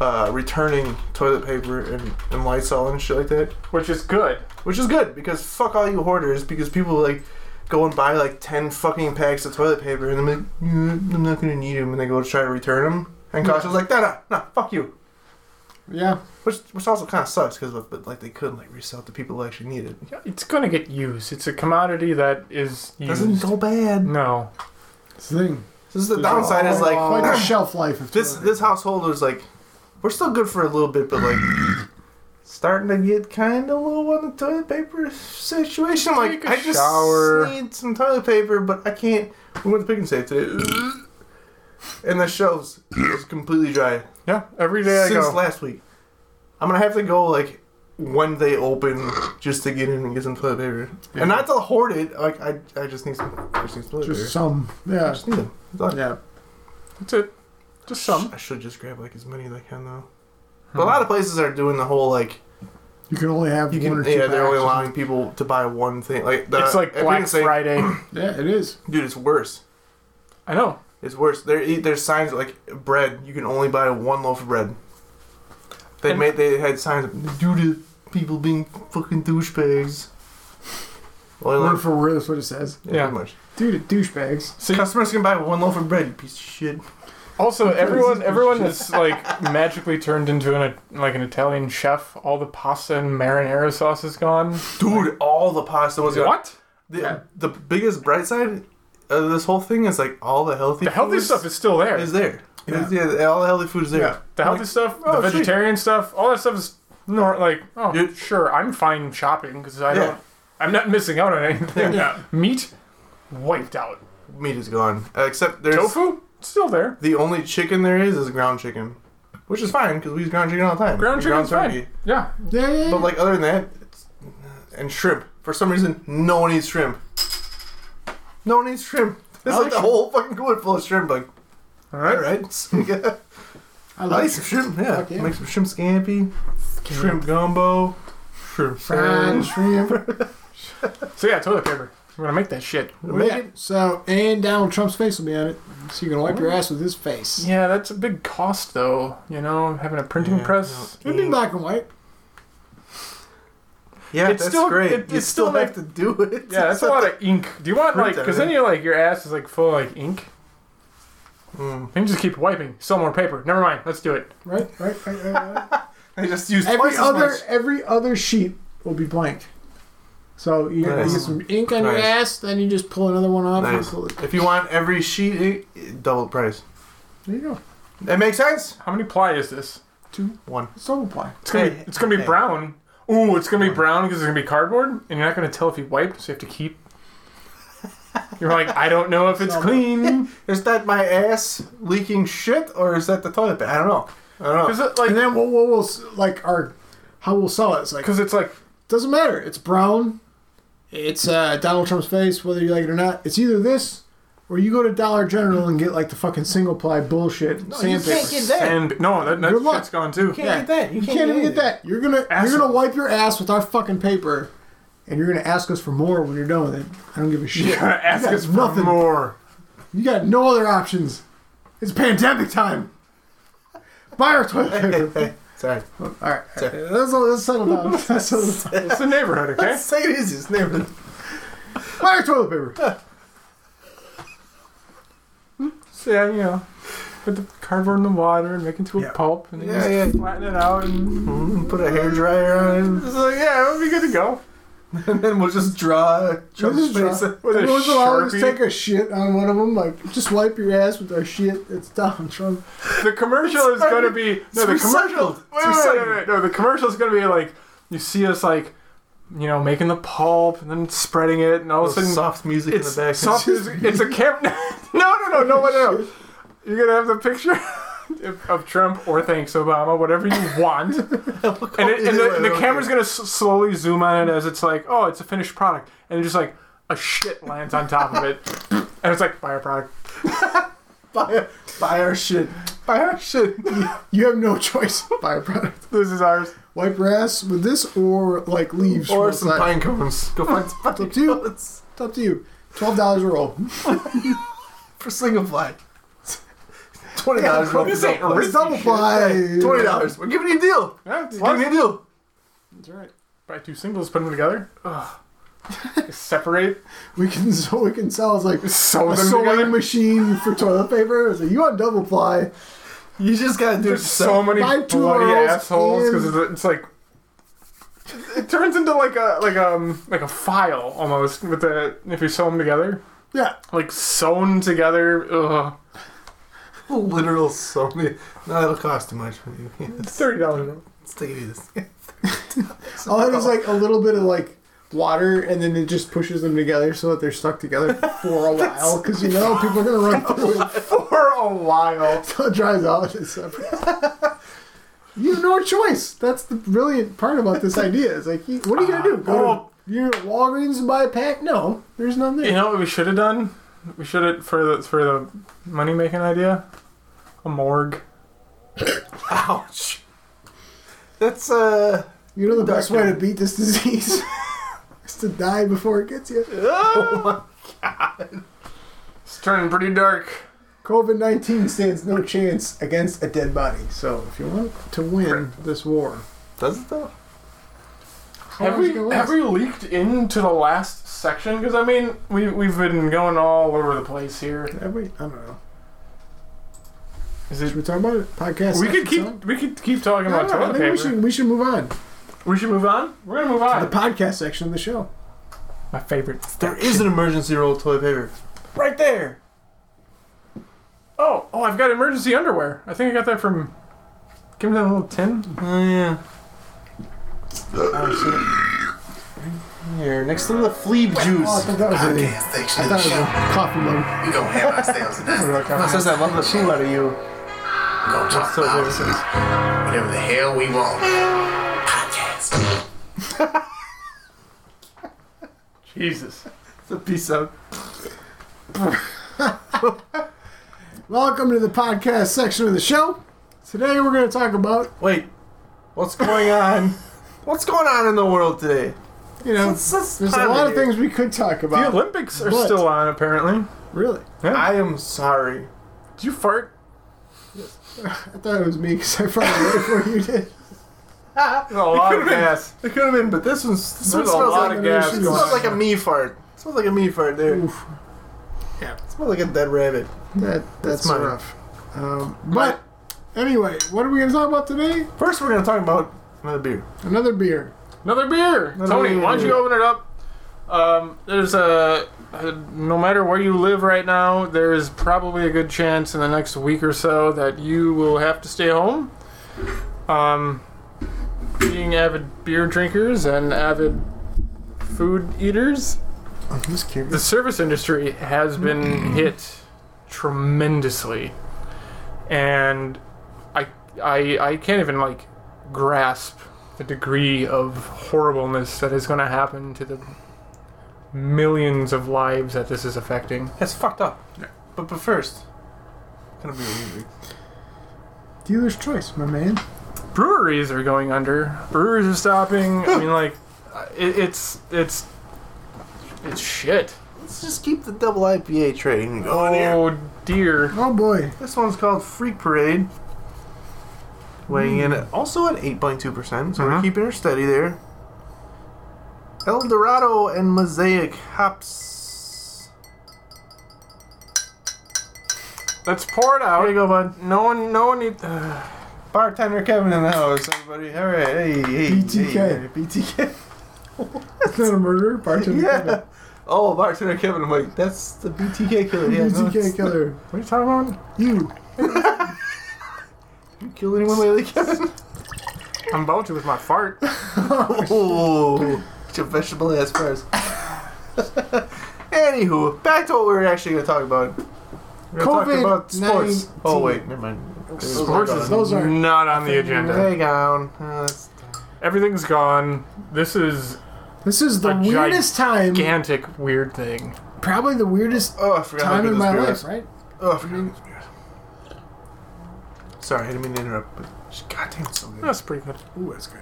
Speaker 4: uh, returning toilet paper and, and Lysol and shit like that,
Speaker 1: Which is good.
Speaker 4: which is good because fuck all you hoarders. Because people like go and buy like ten fucking packs of toilet paper and they're like, "Mm, I'm not gonna need them, and they go to try to return them. And Costco's like, no, no, no, fuck you.
Speaker 2: Yeah.
Speaker 4: Which, which also kind of sucks because but like they couldn't like resell it to people who actually need it.
Speaker 1: It's gonna get used. It's a commodity that is
Speaker 4: Doesn't
Speaker 1: used.
Speaker 4: go bad.
Speaker 1: No.
Speaker 2: It's the thing.
Speaker 4: This is the downside is like *clears throat*
Speaker 2: Quite a shelf life of
Speaker 4: this
Speaker 2: toilet
Speaker 4: this household was like we're still good for a little bit, but like starting to get kind of low on the toilet paper situation. Like
Speaker 1: Take a
Speaker 4: I just
Speaker 1: shower.
Speaker 4: need some toilet paper, but I can't. We went to Pick and Save today, and the shelves is completely dry
Speaker 1: Yeah. Every day I
Speaker 4: since
Speaker 1: go.
Speaker 4: last week. I'm gonna have to go like when they open just to get in and get some toilet paper,
Speaker 2: Yeah.
Speaker 4: and not to hoard it. Like I, I just need some, I just need some toilet
Speaker 2: Just
Speaker 4: paper.
Speaker 2: some.
Speaker 4: I
Speaker 2: Yeah.
Speaker 4: just need them. That's all.
Speaker 2: Yeah.
Speaker 1: That's it. Just some.
Speaker 4: I should just grab like as many as I can though. But a lot of places are doing the whole like
Speaker 2: You can only have
Speaker 4: you
Speaker 2: one
Speaker 4: can
Speaker 2: or two.
Speaker 4: yeah they're only
Speaker 2: packs.
Speaker 4: allowing people to buy one thing like the,
Speaker 1: it's like
Speaker 4: if we
Speaker 1: Black
Speaker 4: can say-
Speaker 1: Friday.
Speaker 4: *clears throat*
Speaker 2: Yeah, it is.
Speaker 4: dude it's worse
Speaker 1: I know.
Speaker 4: it's worse there e- there's signs like bread you can only buy one loaf of bread they
Speaker 1: And-
Speaker 4: made they had signs of, due to people being fucking douchebags well,
Speaker 2: Word
Speaker 4: like,
Speaker 2: for word, that's what it says.
Speaker 4: yeah,
Speaker 1: yeah.
Speaker 4: pretty much.
Speaker 2: Dude, douchebags.
Speaker 1: See,
Speaker 4: customers can buy one loaf of bread you piece of shit
Speaker 1: also everyone
Speaker 4: *laughs*
Speaker 2: Jesus
Speaker 1: everyone is like magically turned into an like an Italian chef. All the pasta and marinara sauce is gone.
Speaker 4: dude all the pasta was gone.
Speaker 1: What?
Speaker 4: the,
Speaker 2: Yeah.
Speaker 4: the biggest bright side of this whole thing is like all the healthy
Speaker 1: The healthy
Speaker 4: foods-
Speaker 1: stuff is still there.
Speaker 4: is there.
Speaker 2: Yeah.
Speaker 4: It's- Yeah. all the healthy food is there.
Speaker 2: Yeah.
Speaker 1: The healthy
Speaker 4: Like,
Speaker 1: stuff,
Speaker 4: oh,
Speaker 1: the
Speaker 4: sweet.
Speaker 1: vegetarian stuff, all that stuff is nor like oh
Speaker 4: Dude.
Speaker 1: sure I'm fine shopping because I
Speaker 4: Yeah.
Speaker 1: don't I'm not missing out on anything.
Speaker 2: Yeah.
Speaker 1: Meat wiped out.
Speaker 4: meat is gone. Uh, except there's
Speaker 1: Tofu still there.
Speaker 4: the only chicken there is is ground chicken, which is fine because we use ground chicken all the time.
Speaker 1: Ground
Speaker 4: And
Speaker 1: chicken's fine.
Speaker 4: turkey.
Speaker 1: Yeah,
Speaker 2: Yeah, yeah, yeah.
Speaker 4: But like other than that, it's, and shrimp. For some reason, no one eats shrimp. No one eats shrimp. It's
Speaker 2: I
Speaker 4: like
Speaker 2: like
Speaker 4: the
Speaker 2: shrimp.
Speaker 4: whole fucking cooler full of shrimp. Like, all right, right.
Speaker 2: I
Speaker 4: *laughs* I
Speaker 2: like
Speaker 4: like some shrimp. Yeah,
Speaker 2: Fuck yeah.
Speaker 4: make some shrimp scampi, shrimp gumbo, shrimp
Speaker 2: fried
Speaker 4: salad. *laughs*
Speaker 2: shrimp.
Speaker 1: So yeah, toilet paper. We're gonna make that shit.
Speaker 2: Yeah. So, and Donald Trump's face will be on it. So you can wipe your ass with his face.
Speaker 1: Yeah, that's a big cost though. You know, having a printing
Speaker 4: Yeah,
Speaker 1: press.
Speaker 2: It'd be black and white.
Speaker 4: Yeah,
Speaker 1: It's
Speaker 4: that's
Speaker 1: still-
Speaker 4: great.
Speaker 1: it-
Speaker 4: you
Speaker 1: it's
Speaker 4: still
Speaker 1: still
Speaker 4: have to do it.
Speaker 1: *laughs* Yeah, that's a lot of ink. Do you want like?
Speaker 4: Print eh?
Speaker 1: Because then
Speaker 4: everything.
Speaker 1: you're like your ass is like full of like ink.
Speaker 4: Mm.
Speaker 1: Then you just keep wiping. Sell more paper. Never mind. Let's do it.
Speaker 2: Right, right, right, right. right.
Speaker 4: I just use
Speaker 2: every
Speaker 4: twice
Speaker 2: other
Speaker 4: as much.
Speaker 2: every other sheet will be blank. So you, you
Speaker 4: Nice.
Speaker 2: get some ink on your
Speaker 4: Nice.
Speaker 2: ass, then you just pull another one off. And
Speaker 4: Nice.
Speaker 2: pull it.
Speaker 4: If you want every sheet, it- it- double price.
Speaker 2: There you go.
Speaker 4: That makes sense.
Speaker 1: How many ply is this?
Speaker 4: One.
Speaker 2: It's double ply.
Speaker 1: It's gonna
Speaker 4: Hey,
Speaker 1: be. It's gonna be
Speaker 4: hey.
Speaker 1: brown. Ooh, it's gonna be brown because it's gonna be cardboard, and you're not gonna tell if you wiped. So you have to keep. You're like, I don't know if it's
Speaker 2: Some-
Speaker 1: clean.
Speaker 4: Is that my ass leaking shit, or is that the toilet? pa- I don't know. I don't know.
Speaker 1: Because it, like,
Speaker 2: And then what we'll, we'll s- like our how we'll sell it. It's like
Speaker 1: 'cause it's like
Speaker 2: doesn't matter. It's brown. It's uh, Donald Trump's face, whether you like it or not. It's either this or you go to Dollar General and get like the fucking single ply bullshit sandpaper.
Speaker 4: get that.
Speaker 1: and no, that, that
Speaker 2: Good luck.
Speaker 1: shit's gone too.
Speaker 4: You can't get that. You
Speaker 2: You can't even get that. You're gonna you're
Speaker 1: Asshole.
Speaker 2: gonna wipe your ass with our fucking paper, and you're gonna ask us for more when you're done with it. I don't give
Speaker 1: *laughs*
Speaker 2: a shit.
Speaker 1: You're gonna ask
Speaker 2: got
Speaker 1: us for
Speaker 2: nothing.
Speaker 1: more.
Speaker 2: You got no other options. It's pandemic time. Buy our toilet paper.
Speaker 4: *laughs* Hey, sorry.
Speaker 2: all right, all right. Let's, let's settle down. Let's settle
Speaker 4: *laughs*
Speaker 2: down.
Speaker 1: It's the neighborhood, okay?
Speaker 4: Say it is his neighborhood.
Speaker 2: Buy our toilet paper.
Speaker 1: So, yeah, you know, put the cardboard in the water and make it into a
Speaker 2: Yeah.
Speaker 1: pulp, and then
Speaker 4: Yeah,
Speaker 1: just
Speaker 4: yeah.
Speaker 1: flatten it out, and
Speaker 4: Mm-hmm. Put a hairdryer on,
Speaker 1: it's like, yeah, it'll be good to go.
Speaker 4: and then we'll just draw Trump's
Speaker 2: We'll just
Speaker 4: face.
Speaker 2: draw-
Speaker 1: With a
Speaker 2: Everyone's allowed to
Speaker 1: Sharpie.
Speaker 2: take a shit on one of them. Like, just wipe your ass with our shit. It's Donald Trump.
Speaker 1: The commercial is going to be no, the
Speaker 4: It's
Speaker 1: commercial.
Speaker 4: recycled.
Speaker 1: Wait,
Speaker 4: It's
Speaker 1: wait, wait,
Speaker 4: recycled.
Speaker 1: wait, no, the commercial is going to be like you see us like, you know, making the pulp and then spreading it, and all of a
Speaker 4: Some
Speaker 1: sudden
Speaker 4: soft music in the
Speaker 1: it's
Speaker 4: back.
Speaker 1: soft.
Speaker 4: *laughs*
Speaker 1: It's, *laughs* it's a camp. No, no, no, no, no, no. You're gonna have the picture of, of Trump or thanks Obama, whatever you *laughs* want, and, it, and, the, and the camera's gonna s- slowly zoom on it as it's like, oh, it's a finished product, and it's just like a shit lands on top of it, *laughs* and it's like buy our product.
Speaker 4: buy, buy our shit. Buy our *laughs* shit.
Speaker 2: You have no *laughs* choice. Buy a product.
Speaker 1: This is ours.
Speaker 2: Wipe your ass with this or like leaves. from
Speaker 4: or some
Speaker 2: outside.
Speaker 4: pine cones. Go find *laughs* some pine
Speaker 2: up to you.
Speaker 4: cones
Speaker 2: It's up to you. Twelve dollars a roll.
Speaker 4: for single ply. *laughs* Twenty dollars.
Speaker 1: This ain't
Speaker 4: Oh,
Speaker 2: It's double ply.
Speaker 4: Twenty dollars. We're giving you a deal.
Speaker 1: Yeah, it's
Speaker 4: We're
Speaker 1: less.
Speaker 4: giving you a deal.
Speaker 2: That's right.
Speaker 1: buy two singles, put them together. *laughs* Ugh. Separate.
Speaker 2: We can so we can sell as like
Speaker 1: Sew
Speaker 2: a
Speaker 1: them
Speaker 2: sewing
Speaker 1: together.
Speaker 2: machine for toilet paper. It's like, you want double ply?
Speaker 4: You just gotta do it
Speaker 1: There's so
Speaker 4: yourself.
Speaker 1: many
Speaker 2: Buy two
Speaker 1: bloody
Speaker 2: rolls
Speaker 1: assholes
Speaker 2: and-
Speaker 1: because it's, it's like it turns into like a like um like a file almost with the if you sew them together
Speaker 2: Yeah.
Speaker 1: like sewn together. Ugh.
Speaker 4: *laughs* literal so many. No, that'll cost too much for you. Yeah, *laughs*
Speaker 1: It's thirty dollars.
Speaker 4: let's take it easy.
Speaker 2: All that is like a little bit of like water, and then it just pushes them together so that they're stuck together for a while. Because you know people are gonna run through it
Speaker 1: For a while,
Speaker 2: until it dries out. And it's you have no choice. That's the brilliant part about this idea. It's like, you, what are you gonna do? Go
Speaker 1: Oh.
Speaker 2: to you Walgreens and buy a pack? No, there's none there.
Speaker 1: you know what we should have done? We should have for the for the money making idea, a morgue.
Speaker 4: Ouch. That's uh.
Speaker 2: You know the best way
Speaker 4: Doctor.
Speaker 2: to beat this *laughs* disease is to die before it gets you.
Speaker 1: It's turning pretty dark.
Speaker 2: COVID 19 stands no chance against a dead body. So if you want to win this war,
Speaker 4: Does it though?
Speaker 1: Have we, have we leaked into the last section? Because I mean, we we've been going all over the place here.
Speaker 2: Have we? I don't know.
Speaker 1: Is
Speaker 2: Should
Speaker 1: it
Speaker 2: we talk about it? Podcast.
Speaker 1: We could
Speaker 2: session time?
Speaker 1: keep we could keep talking
Speaker 2: I
Speaker 1: about
Speaker 2: don't know. I
Speaker 1: toilet
Speaker 2: think
Speaker 1: paper.
Speaker 2: we should, we should move on.
Speaker 1: move on. We're gonna move
Speaker 2: The
Speaker 1: on.
Speaker 2: podcast section of the show.
Speaker 1: My favorite.
Speaker 4: There is an emergency roll of toilet paper. Right there.
Speaker 1: Oh, oh, I've got emergency underwear. I think I got that from. Give me that little tin.
Speaker 4: Oh yeah. Here, next to the flebe juice.
Speaker 2: Oh, I thought that was a, I
Speaker 5: Podcast section
Speaker 2: thought
Speaker 5: of the
Speaker 2: it was a
Speaker 5: show.
Speaker 2: coffee mug.
Speaker 5: We gonna have ourselves
Speaker 4: *laughs*
Speaker 5: a nice
Speaker 4: No, it says I love the shit out of you.
Speaker 5: We gonna talk
Speaker 4: So
Speaker 5: about
Speaker 4: there's-
Speaker 5: whatever the hell we want. Podcast.
Speaker 1: Jesus.
Speaker 4: It's a piece of.
Speaker 2: Welcome to the podcast section of the show. It's Today we're going to talk about,
Speaker 4: Wait, what's going on? what's going on in the world today?
Speaker 2: you know,
Speaker 4: Let's- let's
Speaker 2: there's a
Speaker 4: ponder
Speaker 2: lot of
Speaker 4: here.
Speaker 2: things we could talk
Speaker 1: The
Speaker 2: about.
Speaker 1: Olympics are
Speaker 2: But-
Speaker 1: still on, apparently.
Speaker 2: Really?
Speaker 4: I am sorry.
Speaker 1: Did you fart?
Speaker 2: I thought it was me because I found *laughs* it before you did.
Speaker 1: There's *laughs* a lot of
Speaker 4: could've been-
Speaker 1: gas.
Speaker 4: It could have been, but this one's this one
Speaker 1: There's a
Speaker 4: smells
Speaker 1: lot
Speaker 4: like
Speaker 1: of gas
Speaker 4: It
Speaker 2: going
Speaker 4: smells
Speaker 2: on.
Speaker 4: like a me fart. It smells like a me fart, dude.
Speaker 2: Oof. Yeah.
Speaker 4: It smells like a dead rabbit.
Speaker 2: That, that's
Speaker 4: That's mine.
Speaker 2: rough. Um, but anyway, what are we going to talk about today?
Speaker 4: First, we're gonna talk about another beer.
Speaker 2: Another beer.
Speaker 1: Another beer.
Speaker 4: Another
Speaker 1: Tony, why don't you
Speaker 4: beer.
Speaker 1: open it up? Um, there's a, a no matter where you live right now, there is probably a good chance in the next week or so that you will have to stay home. Um, being avid beer drinkers and avid food eaters,
Speaker 2: I'm just
Speaker 1: the
Speaker 2: curious.
Speaker 1: service industry has
Speaker 2: *clears throat*
Speaker 1: been hit tremendously, and I, I, I can't even like grasp the degree of horribleness that is going to happen to the millions of lives that this is affecting.
Speaker 4: That's fucked up. But but first, gonna be a beer.
Speaker 2: Dealer's choice, my man.
Speaker 1: Breweries are going under. Breweries are stopping. I mean, like, uh, it, it's it's it's shit.
Speaker 4: Let's just keep the double IPA train going here.
Speaker 1: Oh dear.
Speaker 2: Oh boy.
Speaker 4: This one's called Freak Parade. Weighing in at, also at 8.2%, so we're
Speaker 1: Mhm.
Speaker 4: keeping her steady there. El Dorado and Mosaic hops.
Speaker 1: Let's pour it out.
Speaker 4: There you go, bud.
Speaker 1: No one, no one uh, needs.
Speaker 4: Bartender Kevin in the house, everybody. All right, hey, hey,
Speaker 2: BTK.
Speaker 4: hey, BTK.
Speaker 2: That's not a murder. Bartender.
Speaker 4: *laughs* yeah. Oh, bartender Kevin. I'm like, that's the BTK killer. Yeah, no, it's-
Speaker 2: BTK killer.
Speaker 1: What are you talking about?
Speaker 2: You.
Speaker 4: You kill anyone lately, Kevin?
Speaker 1: I'm about to with my
Speaker 4: *laughs*
Speaker 1: fart.
Speaker 4: oh, it's your vegetable ass first. *laughs* Anywho, back to what we were actually going to talk about. We're going to talk about sports.
Speaker 2: COVID-19.
Speaker 4: Oh wait, never mind. Those are
Speaker 1: Sports
Speaker 4: gone.
Speaker 1: is
Speaker 2: Those are-
Speaker 1: not on the agenda.
Speaker 4: They gone. Uh, that's-
Speaker 1: Everything's gone. This is
Speaker 2: This is the
Speaker 1: A
Speaker 2: weirdest time.
Speaker 1: gigantic weird thing.
Speaker 2: Probably the weirdest
Speaker 4: oh, I forgot how
Speaker 2: time
Speaker 4: good
Speaker 2: in
Speaker 4: this
Speaker 2: my
Speaker 4: beer
Speaker 2: life,
Speaker 4: is.
Speaker 2: right?
Speaker 4: Oh, I forgot how good this beer is. Sorry, I didn't mean to interrupt, but it's- goddamn, it's so good.
Speaker 1: That's pretty good.
Speaker 2: Ooh, that's good.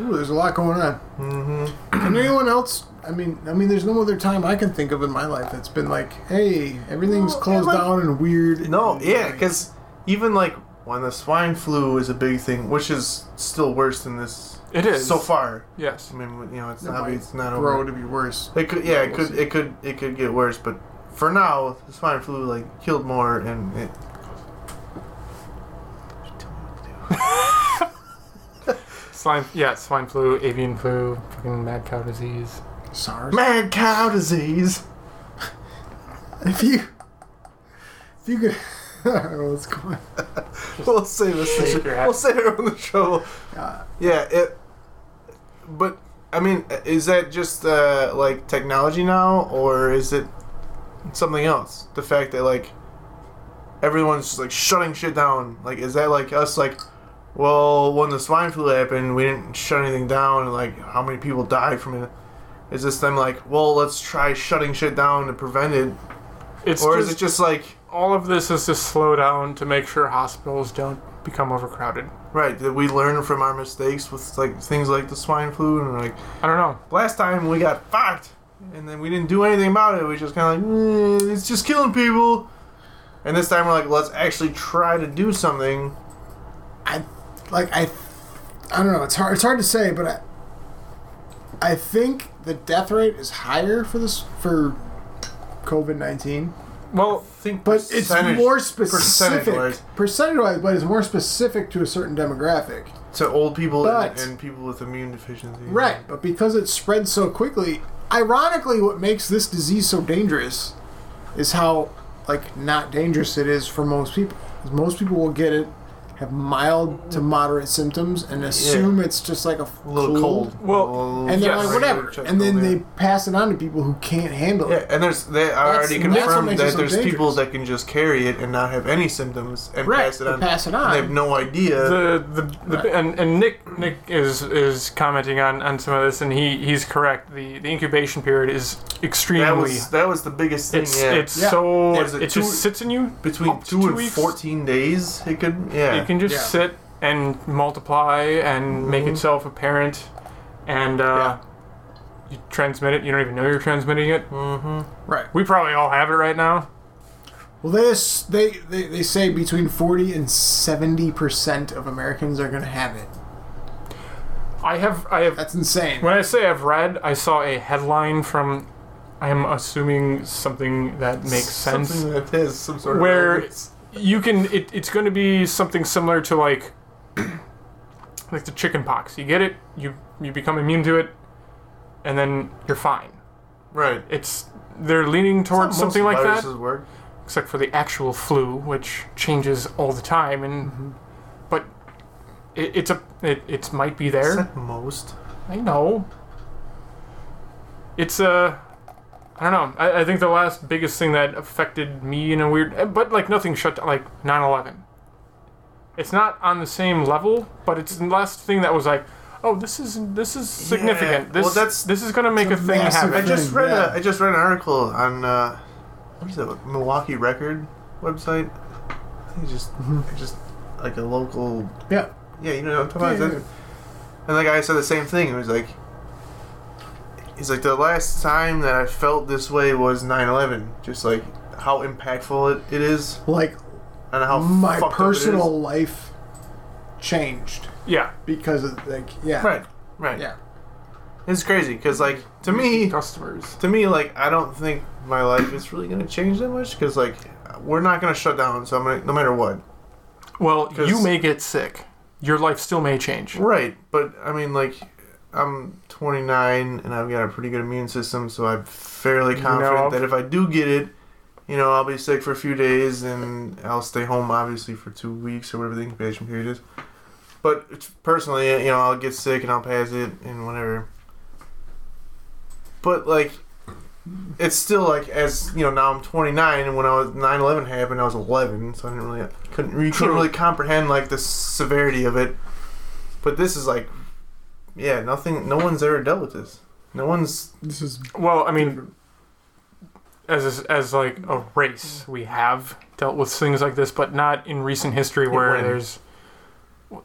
Speaker 2: Ooh, there's a lot going on. Mm-hmm. Can anyone else? I mean, I mean, there's no other time I can think of in my life that's been like, hey, everything's
Speaker 4: Well,
Speaker 2: closed
Speaker 4: and, like-
Speaker 2: down and weird.
Speaker 4: No,
Speaker 2: and,
Speaker 4: yeah,
Speaker 2: like,
Speaker 4: because even like when the swine flu is a big thing, which is still worse than this.
Speaker 1: It is.
Speaker 4: so far.
Speaker 1: Yes.
Speaker 4: I mean, you know, it's
Speaker 2: it
Speaker 4: not
Speaker 2: might
Speaker 4: it's not
Speaker 2: grow
Speaker 4: over.
Speaker 2: to be worse.
Speaker 4: It could, yeah,
Speaker 2: We'll
Speaker 4: it could,
Speaker 2: see.
Speaker 4: it could, it could get worse. But for now, the swine flu like killed more, and it.
Speaker 1: Swine. Yeah. Swine flu, avian flu, fucking mad cow disease.
Speaker 2: SARS.
Speaker 4: Mad cow disease.
Speaker 2: If you, if you could, *laughs* what's going? on?
Speaker 4: We'll save this.
Speaker 1: Shake
Speaker 4: later.
Speaker 1: your head.
Speaker 4: We'll save it on the show.
Speaker 2: Uh,
Speaker 4: Yeah, it. But I mean, is that just uh, like technology now, or is it something else? The fact that like everyone's just like shutting shit down. Like, is that like us? Like, well, when the swine flu happened, we didn't shut anything down, and like how many people died from it? Is this them like, well, let's try shutting shit down to prevent it,
Speaker 1: It's
Speaker 4: or
Speaker 1: just,
Speaker 4: is it just like,
Speaker 1: all of this is to slow down to make sure hospitals don't become overcrowded.
Speaker 4: right? Did we learn from our mistakes with like things like the swine flu and like?
Speaker 1: I don't know.
Speaker 4: last time we got fucked and then we didn't do anything about it. We just kind of like, "Eh, it's just killing people. And this time we're like, let's actually try to do something.
Speaker 2: I, like I, I don't know. It's hard. It's hard to say, but I, I think the death rate is higher for this for COVID nineteen.
Speaker 1: Well,
Speaker 4: I think
Speaker 2: But it's
Speaker 4: percentage-
Speaker 2: more specific.
Speaker 4: percentage-wise,
Speaker 2: Percentage wise, but it's more specific to a certain demographic.
Speaker 4: to old people and,
Speaker 2: But-
Speaker 4: and people with immune deficiency.
Speaker 2: Right. But because it spreads so quickly, ironically, what makes this disease so dangerous is how, like, not dangerous it is for most people. 'Cause Most people will get it, have mild to moderate symptoms and assume it's just like a, f-
Speaker 4: A little cold.
Speaker 1: Well,
Speaker 4: A little-
Speaker 2: And they're
Speaker 1: Yes.
Speaker 2: like, whatever. And then they pass it on to people who can't handle
Speaker 4: Yeah,
Speaker 2: it.
Speaker 4: and there's they are
Speaker 2: That's-
Speaker 4: already
Speaker 2: and that's what
Speaker 4: confirmed
Speaker 2: makes it
Speaker 4: that
Speaker 2: so
Speaker 4: there's
Speaker 2: dangerous.
Speaker 4: people that can just carry it and not have any symptoms and
Speaker 2: Right,
Speaker 4: pass it
Speaker 2: and
Speaker 4: on.
Speaker 2: pass it
Speaker 4: And
Speaker 2: on.
Speaker 4: they have no idea.
Speaker 1: the the, the and, and Nick Nick is is commenting on, on some of this, and he, he's correct. The the incubation period is extremely.
Speaker 4: that was that was the biggest thing.
Speaker 1: it's
Speaker 4: yeah,
Speaker 1: it's
Speaker 2: Yeah.
Speaker 1: so
Speaker 4: There's a
Speaker 1: it
Speaker 4: two-
Speaker 1: just sits in you.
Speaker 4: between
Speaker 1: up to
Speaker 4: two,
Speaker 1: two
Speaker 4: and
Speaker 1: weeks.
Speaker 4: fourteen days. It could. Yeah,
Speaker 1: It can just
Speaker 2: Yeah.
Speaker 1: sit and multiply and make itself apparent, and uh, you transmit it. You don't even know you're transmitting it.
Speaker 2: Right.
Speaker 1: We probably all have it right now.
Speaker 2: Well, they, ass- they, they, they say between 40 and 70% of Americans are going to have it.
Speaker 1: I have I have
Speaker 2: That's insane.
Speaker 1: When I say I've read, I saw a headline from, I'm assuming something that makes sense,
Speaker 4: Something that is some sort
Speaker 1: where
Speaker 4: of
Speaker 1: you can. It, it's going to be something similar to like, *clears throat* like the chicken pox. You get it, you you become immune to it, and then you're fine.
Speaker 4: right.
Speaker 1: It's they're leaning towards something like that,
Speaker 4: Viruses work.
Speaker 1: except for the actual flu, which changes all the time, and
Speaker 2: Mm-hmm.
Speaker 1: but it, it's a it it might be there.
Speaker 4: Is that most?
Speaker 1: I know. It's Uh, I don't know. I, I think the last biggest thing that affected me in a weird, eh, but like nothing shut down, like 9/11. It's not on the same level, but it's the last thing that was like, oh, this is this is significant.
Speaker 4: Yeah.
Speaker 1: This
Speaker 4: Well, that's-
Speaker 1: this is gonna make a
Speaker 2: It's a
Speaker 1: thing
Speaker 2: massive
Speaker 4: I
Speaker 1: happen.
Speaker 2: thing.
Speaker 4: just read
Speaker 2: yeah.
Speaker 4: a I just read an article on uh, what is that Milwaukee Record website. I think it's just *laughs* it's just like a local
Speaker 2: yeah.
Speaker 4: yeah you know what I'm talking
Speaker 2: Yeah,
Speaker 4: about.
Speaker 2: yeah,
Speaker 4: And the guy said the same thing. He was like, he's like the last time that I felt this way was 9/11. Just like how impactful it, it is
Speaker 2: Like,
Speaker 4: and how
Speaker 2: my
Speaker 4: fucked up it
Speaker 2: personal
Speaker 4: is.
Speaker 2: life changed
Speaker 1: yeah.
Speaker 2: because of, like, yeah.
Speaker 4: right right
Speaker 2: Yeah.
Speaker 4: It's crazy because like to me
Speaker 1: customers.
Speaker 4: to me, like, I don't think my life is really gonna change that much because, like, we're not gonna shut down. So I'm gonna, no matter what,
Speaker 1: Well,
Speaker 4: 'Cause-
Speaker 1: you may get sick. Your life still may change.
Speaker 4: right? But I mean, like, I'm 29 and I've got a pretty good immune system, so I'm fairly confident
Speaker 1: No.
Speaker 4: that if I do get it, you know, I'll be sick for a few days and I'll stay home obviously for two weeks or whatever the incubation period is. But it's- personally, you know, I'll get sick and I'll pass it and whatever. But like, it's still like as you know now I'm 29 and when I was 9/11 happened I was 11, so I didn't really couldn't you couldn't really comprehend like the severity of it. But this is like, yeah, nothing. No one's ever dealt with this. No one's
Speaker 2: This is
Speaker 1: Well, I mean, as as like a race, we have dealt with things like this, but not in recent history where
Speaker 4: when?
Speaker 1: there's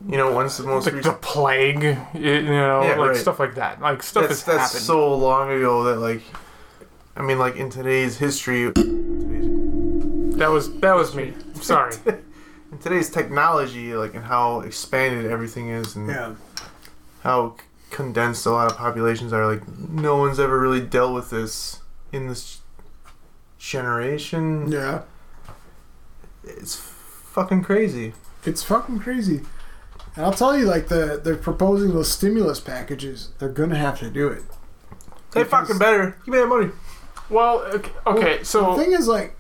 Speaker 4: you know when's the most
Speaker 1: like *laughs* the
Speaker 4: recent.
Speaker 1: plague, y- you know,
Speaker 4: Yeah,
Speaker 1: like
Speaker 4: right.
Speaker 1: stuff like that. Like stuff
Speaker 4: That's,
Speaker 1: has
Speaker 4: that's
Speaker 1: happened.
Speaker 4: so long ago that like, I mean like in today's history, today's,
Speaker 1: that was that was me.
Speaker 4: *laughs*
Speaker 1: Sorry.
Speaker 4: in today's technology, like and how expanded everything is and
Speaker 2: yeah.
Speaker 4: how c- condensed a lot of populations are. Like no one's ever really dealt with this in this generation.
Speaker 2: Yeah.
Speaker 4: It's fucking crazy.
Speaker 2: It's fucking crazy. And I'll tell you, like the they're proposing those stimulus packages. They're gonna have to do it.
Speaker 4: They fucking better. Give me that money.
Speaker 1: well, okay, okay,
Speaker 2: The
Speaker 1: so
Speaker 2: thing is, like,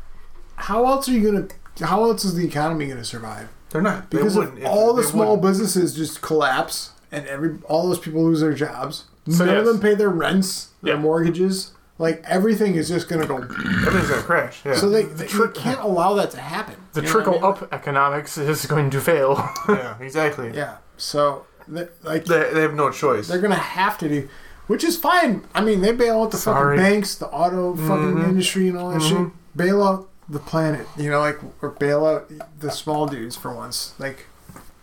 Speaker 2: how else are you gonna? How else is the economy gonna survive?
Speaker 4: They're not. They
Speaker 2: Because
Speaker 4: wouldn't.
Speaker 2: if all the
Speaker 4: they
Speaker 2: small
Speaker 4: wouldn't.
Speaker 2: businesses just collapse, and every all those people lose their jobs. None of
Speaker 1: yes.
Speaker 2: them pay their rents, their
Speaker 1: Yeah.
Speaker 2: mortgages. Like everything is just gonna go.
Speaker 4: everything's gonna crash. Yeah.
Speaker 2: So they, they can't allow that to happen.
Speaker 1: the
Speaker 2: You know what I
Speaker 1: trickle
Speaker 2: mean?
Speaker 1: up economics is going to fail. *laughs*
Speaker 4: yeah, exactly.
Speaker 2: Yeah. So th- like
Speaker 4: They, they have no choice.
Speaker 2: they're gonna have to do, which is fine. I mean, they bail out the
Speaker 1: Sorry. Mm-hmm.
Speaker 2: fucking banks, the auto fucking industry, and all that shit. Bail out the planet, you know, like or bail out the small dudes for once. Like,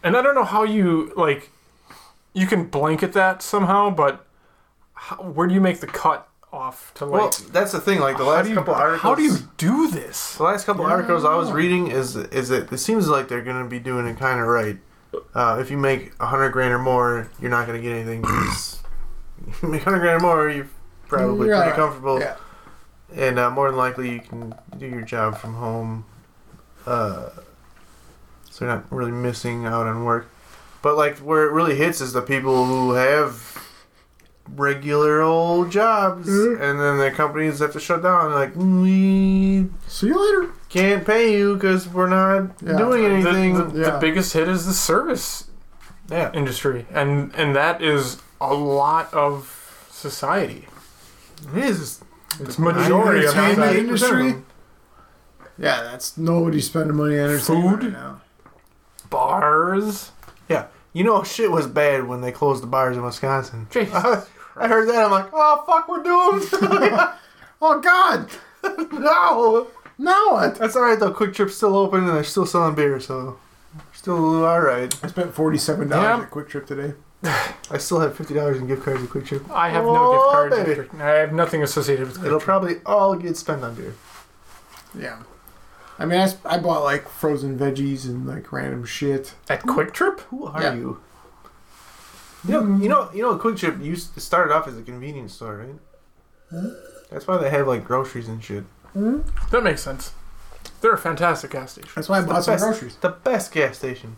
Speaker 1: and I don't know how you like you can blanket that somehow, but how, where do you make the cut off to like
Speaker 4: Well, that's the thing. Like the
Speaker 1: how
Speaker 4: last
Speaker 1: do you,
Speaker 4: couple articles.
Speaker 1: how do you do this?
Speaker 4: The last couple articles I was reading is is it it seems like they're gonna be doing it kind of right. Uh, if you make a hundred grand or more, you're not gonna get
Speaker 2: *clears throat*
Speaker 4: anything. 'cause you make hundred grand or more, you're probably
Speaker 2: You're
Speaker 4: pretty
Speaker 2: alright.
Speaker 4: comfortable,
Speaker 2: yeah,
Speaker 4: and uh, more than likely you can do your job from home. Uh, so you're not really missing out on work. But like where it really hits is the people who have regular old jobs,
Speaker 2: Mhm.
Speaker 4: and then their companies have to shut down. They're like we
Speaker 2: see you later.
Speaker 4: can't pay you because we're not
Speaker 2: Yeah.
Speaker 4: doing
Speaker 1: The,
Speaker 4: anything.
Speaker 1: the,
Speaker 2: Yeah.
Speaker 1: the biggest hit is the service
Speaker 4: yeah.
Speaker 1: industry, and and that is a lot of society.
Speaker 4: It is.
Speaker 1: It's majority of
Speaker 2: entertainment
Speaker 1: society.
Speaker 2: industry. Yeah, that's nobody's spending money on entertainment
Speaker 1: Food?
Speaker 2: right now.
Speaker 1: Bars.
Speaker 4: Yeah. You know, shit was bad when they closed the bars in Wisconsin.
Speaker 1: Jesus
Speaker 4: I, *laughs* I heard that. I'm like, oh, fuck, we're doomed. *laughs*
Speaker 2: Oh God,
Speaker 4: no.
Speaker 2: now what?
Speaker 4: That's all right, though. Quick Trip's still open and they're still selling beer, so still all right.
Speaker 2: I spent forty-seven dollars
Speaker 1: Yeah.
Speaker 2: at Quick Trip today.
Speaker 4: I still have $50 in gift cards at Quick Trip.
Speaker 1: I have
Speaker 4: Oh,
Speaker 1: no gift cards.
Speaker 4: baby.
Speaker 1: after- I have nothing associated with
Speaker 4: It'll
Speaker 1: it.
Speaker 4: probably all get spent on beer.
Speaker 2: Yeah, I mean, I, s- I bought like frozen veggies and like random shit.
Speaker 1: At Quick Trip?
Speaker 4: Who are
Speaker 2: Yeah.
Speaker 4: you? You know, you know, you know. Quick Trip used it started off as a convenience store, right? That's why they have like groceries and shit.
Speaker 1: That makes sense. They're a fantastic gas station.
Speaker 2: That's why I bought some
Speaker 4: best,
Speaker 2: groceries.
Speaker 4: The best gas station.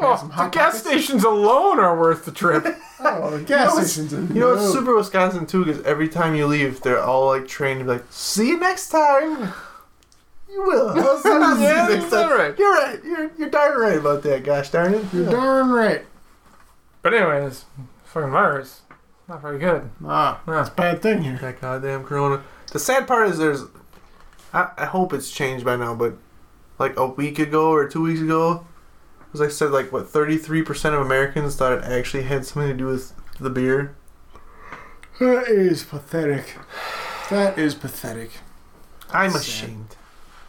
Speaker 1: Oh,
Speaker 2: some
Speaker 1: the
Speaker 2: Hot
Speaker 1: gas
Speaker 2: Pockets?
Speaker 1: stations alone are worth the trip. *laughs*
Speaker 2: Oh, the gas
Speaker 4: *laughs* You know, it's-
Speaker 2: stations. in-
Speaker 4: You know, it's super Wisconsin too, because every time you leave, they're all like trained to be like, "See you next time." You
Speaker 2: *laughs*
Speaker 4: will. I'll see you
Speaker 1: Yeah,
Speaker 4: next time.
Speaker 1: all right.
Speaker 4: You're right. You're you're darn right about that. Gosh darn it.
Speaker 2: You're darn right.
Speaker 1: But anyways, fucking virus. Not very good.
Speaker 2: Ah,
Speaker 1: Yeah.
Speaker 2: bad thing here.
Speaker 4: That goddamn corona. The sad part is there's. I, I hope it's changed by now, but like a week ago or two weeks ago, as I said, like what 33% of Americans thought it actually had something to do with the beer.
Speaker 2: That is pathetic. That is pathetic.
Speaker 4: I'm
Speaker 2: Sad.
Speaker 4: ashamed.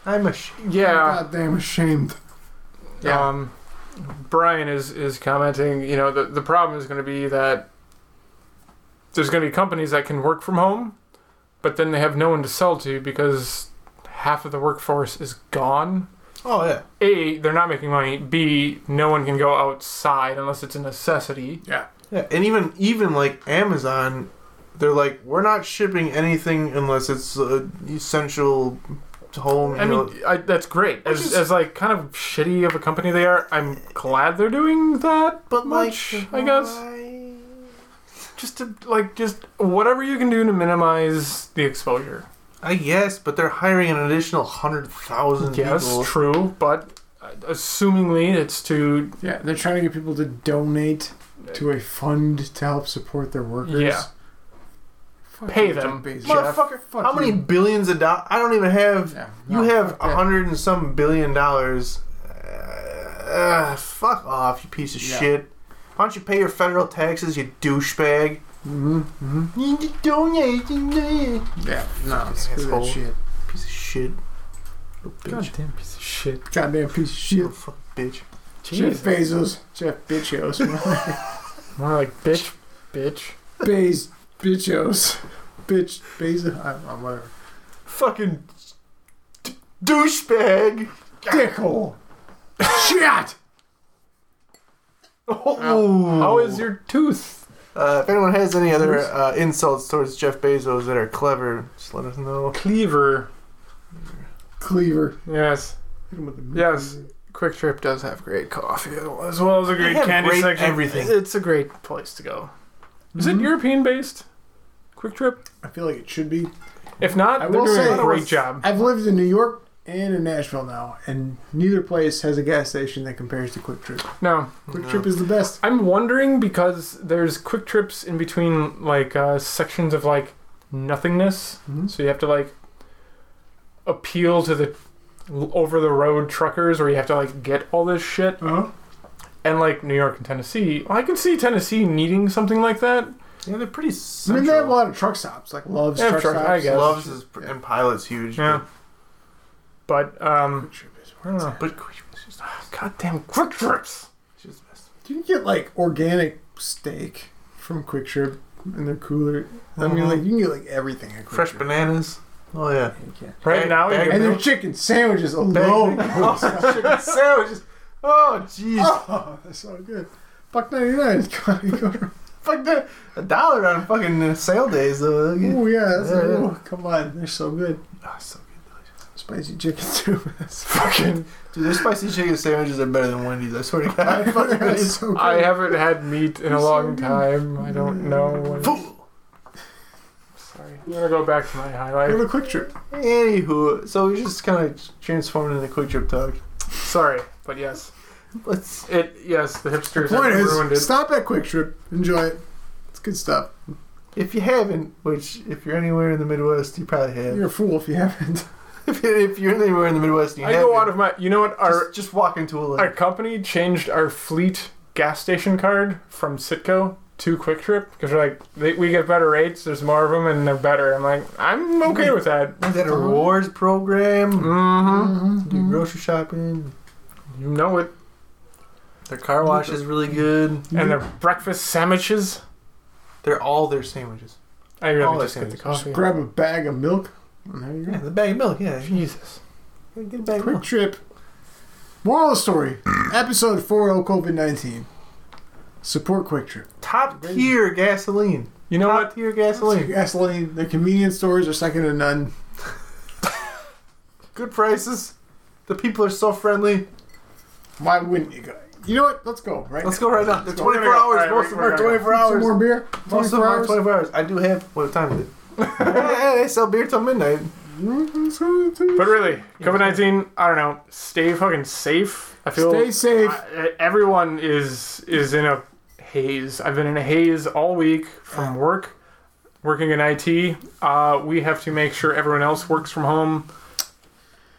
Speaker 4: I'm ashamed.
Speaker 1: Yeah.
Speaker 2: Goddamn ashamed. Yeah.
Speaker 1: Um, Brian is, is commenting, you know, the, the problem is going to be that there's going to be companies that can work from home, but then they have no one to sell to because half of the workforce is gone.
Speaker 4: Oh, yeah.
Speaker 1: A, they're not making money. B, no one can go outside unless it's a necessity.
Speaker 2: Yeah.
Speaker 4: Yeah. And even, even like Amazon, they're like, we're not shipping anything unless it's uh, essential to home. you
Speaker 1: I
Speaker 4: know."
Speaker 1: mean, I, that's great.
Speaker 4: Which
Speaker 1: As,
Speaker 4: is-
Speaker 1: as like kind of shitty of a company they are, I'm glad they're doing that.
Speaker 4: but
Speaker 1: much,
Speaker 4: like,
Speaker 1: I guess.
Speaker 4: why?
Speaker 1: Just to like, just whatever you can do to minimize the exposure.
Speaker 4: I guess, but they're hiring an additional hundred thousand
Speaker 1: Yes,
Speaker 4: people.
Speaker 1: true, but uh, assumingly it's to
Speaker 2: Yeah, they're trying to get people to donate to a fund to help support their workers.
Speaker 1: Yeah.
Speaker 2: Fuck
Speaker 1: Pay
Speaker 2: you,
Speaker 1: them.
Speaker 2: Jeff Bezos.
Speaker 4: Motherfucker,
Speaker 2: Fuck
Speaker 4: how many
Speaker 2: you.
Speaker 4: billions of dollars? I don't even have.
Speaker 2: Yeah,
Speaker 4: you
Speaker 2: no,
Speaker 4: have
Speaker 2: fuck
Speaker 4: a
Speaker 2: that.
Speaker 4: hundred and some billion dollars. Uh, fuck off, you piece of
Speaker 2: Yeah.
Speaker 4: shit. Why don't you pay your federal taxes, you douchebag?
Speaker 2: Mhm, mhm.
Speaker 4: You need to donate, you need-
Speaker 2: Yeah, no, screw
Speaker 4: Asshole.
Speaker 2: that shit.
Speaker 4: Piece of shit. Little bitch.
Speaker 1: goddamn piece of shit.
Speaker 2: Goddamn piece of shit.
Speaker 4: Little fuck bitch.
Speaker 2: Jeff
Speaker 1: Jesus,
Speaker 2: Bezos. Jeff
Speaker 1: *laughs*
Speaker 2: Bitchos.
Speaker 1: more like bitch, bitch.
Speaker 2: Bez Bitchos. Bitch Bezos. I don't know, whatever.
Speaker 4: Fucking d- douchebag.
Speaker 2: Dickhole. shit!
Speaker 4: Oh.
Speaker 1: How is your tooth?
Speaker 4: Uh, if anyone has any other uh, insults towards Jeff Bezos that are clever, just let us know.
Speaker 1: Cleaver.
Speaker 2: Cleaver.
Speaker 1: Yes,
Speaker 2: Hit him with the-
Speaker 1: yes. Quick Trip does have great coffee as well as a great
Speaker 4: have
Speaker 1: candy
Speaker 4: great
Speaker 1: section.
Speaker 4: everything.
Speaker 1: It's a great place to go. Is it European based? Quick Trip.
Speaker 2: I feel like it should be.
Speaker 1: If not,
Speaker 2: I
Speaker 1: they're
Speaker 2: will
Speaker 1: doing
Speaker 2: say-
Speaker 1: a great job.
Speaker 2: I've lived in New York and in Nashville now, and neither place has a gas station that compares to Quick Trip.
Speaker 1: No,
Speaker 2: Quick Trip is the best.
Speaker 1: I'm wondering because there's quick trips in between like uh, sections of like nothingness,
Speaker 2: Mhm.
Speaker 1: so you have to like appeal to the over the road truckers, or you have to like get all this shit.
Speaker 2: Uh-huh.
Speaker 1: And like New York and Tennessee, I can see Tennessee needing something like that.
Speaker 4: Yeah, they're pretty
Speaker 2: I
Speaker 4: central.
Speaker 2: mean, they have a lot of truck stops, like Love's
Speaker 1: They have
Speaker 2: truck,
Speaker 1: truck-
Speaker 2: stops.
Speaker 1: I guess.
Speaker 4: Loves is,
Speaker 2: Yeah.
Speaker 4: and Pilot's huge.
Speaker 1: Yeah, but um,
Speaker 2: Quick Trip is
Speaker 1: I don't know.
Speaker 4: But, but Quick Trip is just,
Speaker 1: Goddamn quick trips.
Speaker 4: it's just the best.
Speaker 2: You can get like organic steak from Quick Trip in their cooler. I mean,
Speaker 4: Mhm.
Speaker 2: like you can get like everything at Quick
Speaker 4: Fresh
Speaker 2: Trip.
Speaker 4: bananas. Oh, yeah.
Speaker 1: *laughs*
Speaker 2: Yeah.
Speaker 1: Right
Speaker 4: Bag-
Speaker 1: now,
Speaker 4: bag
Speaker 1: you
Speaker 2: And
Speaker 1: can-
Speaker 2: their chicken sandwiches
Speaker 4: *laughs*
Speaker 2: alone.
Speaker 4: Oh, chicken sandwiches. Oh, jeez.
Speaker 2: oh, that's so good. Buck ninety nine. oh
Speaker 4: Fuck that. A dollar on fucking uh, sale days, though. *laughs* Yeah.
Speaker 2: yeah, that's
Speaker 4: Yeah, yeah.
Speaker 2: oh, come on, they're so good.
Speaker 4: Oh, so good. delicious.
Speaker 2: Spicy chicken too. *laughs*
Speaker 4: *laughs*
Speaker 2: That's
Speaker 1: fucking.
Speaker 4: Dude, their spicy chicken sandwiches are better than Wendy's, I swear to *laughs* God. Fucking
Speaker 2: That's
Speaker 4: Wendy's.
Speaker 2: so good.
Speaker 1: I haven't had meat in a
Speaker 2: so
Speaker 1: long
Speaker 2: good.
Speaker 1: time. I don't know. what-
Speaker 4: Fool.
Speaker 1: Sorry. I'm gonna go back to my
Speaker 2: Go
Speaker 1: highlight.
Speaker 2: to Quick Trip.
Speaker 4: Anywho, so we just kind of transformed into quick trip talk.
Speaker 1: Sorry, but yes,
Speaker 4: Let's.
Speaker 1: it yes the hipsters
Speaker 2: Point
Speaker 1: have ruined
Speaker 2: is,
Speaker 1: it.
Speaker 2: stop at Quick Trip. Enjoy it. It's good stuff.
Speaker 4: If you haven't, which if you're anywhere in the Midwest, you probably have.
Speaker 2: You're a fool if you haven't.
Speaker 4: if, *laughs* if you're anywhere in the Midwest, and you
Speaker 1: I
Speaker 4: haven't.
Speaker 1: go out of my. You know what? Our
Speaker 4: just, just walk into a
Speaker 1: our
Speaker 4: lake.
Speaker 1: company changed our fleet gas station card from Citgo to Quick Trip because we're like they, we get better rates. There's more of them and they're better. I'm like I'm okay with that.
Speaker 4: Is that a rewards program?
Speaker 1: Mm-hmm.
Speaker 4: Do grocery shopping.
Speaker 1: You know it.
Speaker 4: Their car wash is really good.
Speaker 1: And their breakfast sandwiches.
Speaker 4: They're all their sandwiches.
Speaker 1: I
Speaker 4: All
Speaker 1: really
Speaker 4: that
Speaker 1: just get the
Speaker 4: sandwiches.
Speaker 1: coffee.
Speaker 2: Grab a bag of milk. And there you go.
Speaker 4: Yeah, the bag of milk. Yeah,
Speaker 1: Jesus.
Speaker 4: get a bag of
Speaker 2: Quick
Speaker 4: milk.
Speaker 2: Trip. Moral of the story. Episode 4 of COVID 19. Support Quick Trip.
Speaker 4: Top tier gasoline.
Speaker 1: You know
Speaker 4: Top
Speaker 1: what?
Speaker 4: tier gasoline.
Speaker 2: Gasoline, their E. convenience stores are second to none.
Speaker 4: Good prices. The people are so friendly.
Speaker 2: Why wouldn't you go? You know what? Let's go, right?
Speaker 4: Let's
Speaker 2: now.
Speaker 4: go right now. They're
Speaker 1: go.
Speaker 4: 24
Speaker 1: We're gonna go.
Speaker 4: hours.
Speaker 1: All right,
Speaker 4: Most of them
Speaker 1: we're gonna
Speaker 4: are
Speaker 1: go.
Speaker 4: 24
Speaker 2: Some
Speaker 4: hours.
Speaker 2: more beer.
Speaker 4: Most of
Speaker 2: 24
Speaker 4: them are
Speaker 2: hours.
Speaker 4: 24 hours. I do have. What time is it? yeah, they sell beer till midnight.
Speaker 2: *laughs*
Speaker 1: But really, COVID 19, I don't know, stay fucking safe. I feel
Speaker 2: Stay safe.
Speaker 1: I- e, everyone is is in a haze. I've been in a haze all week from work, working in IT. Uh, we have to make sure everyone else works from home.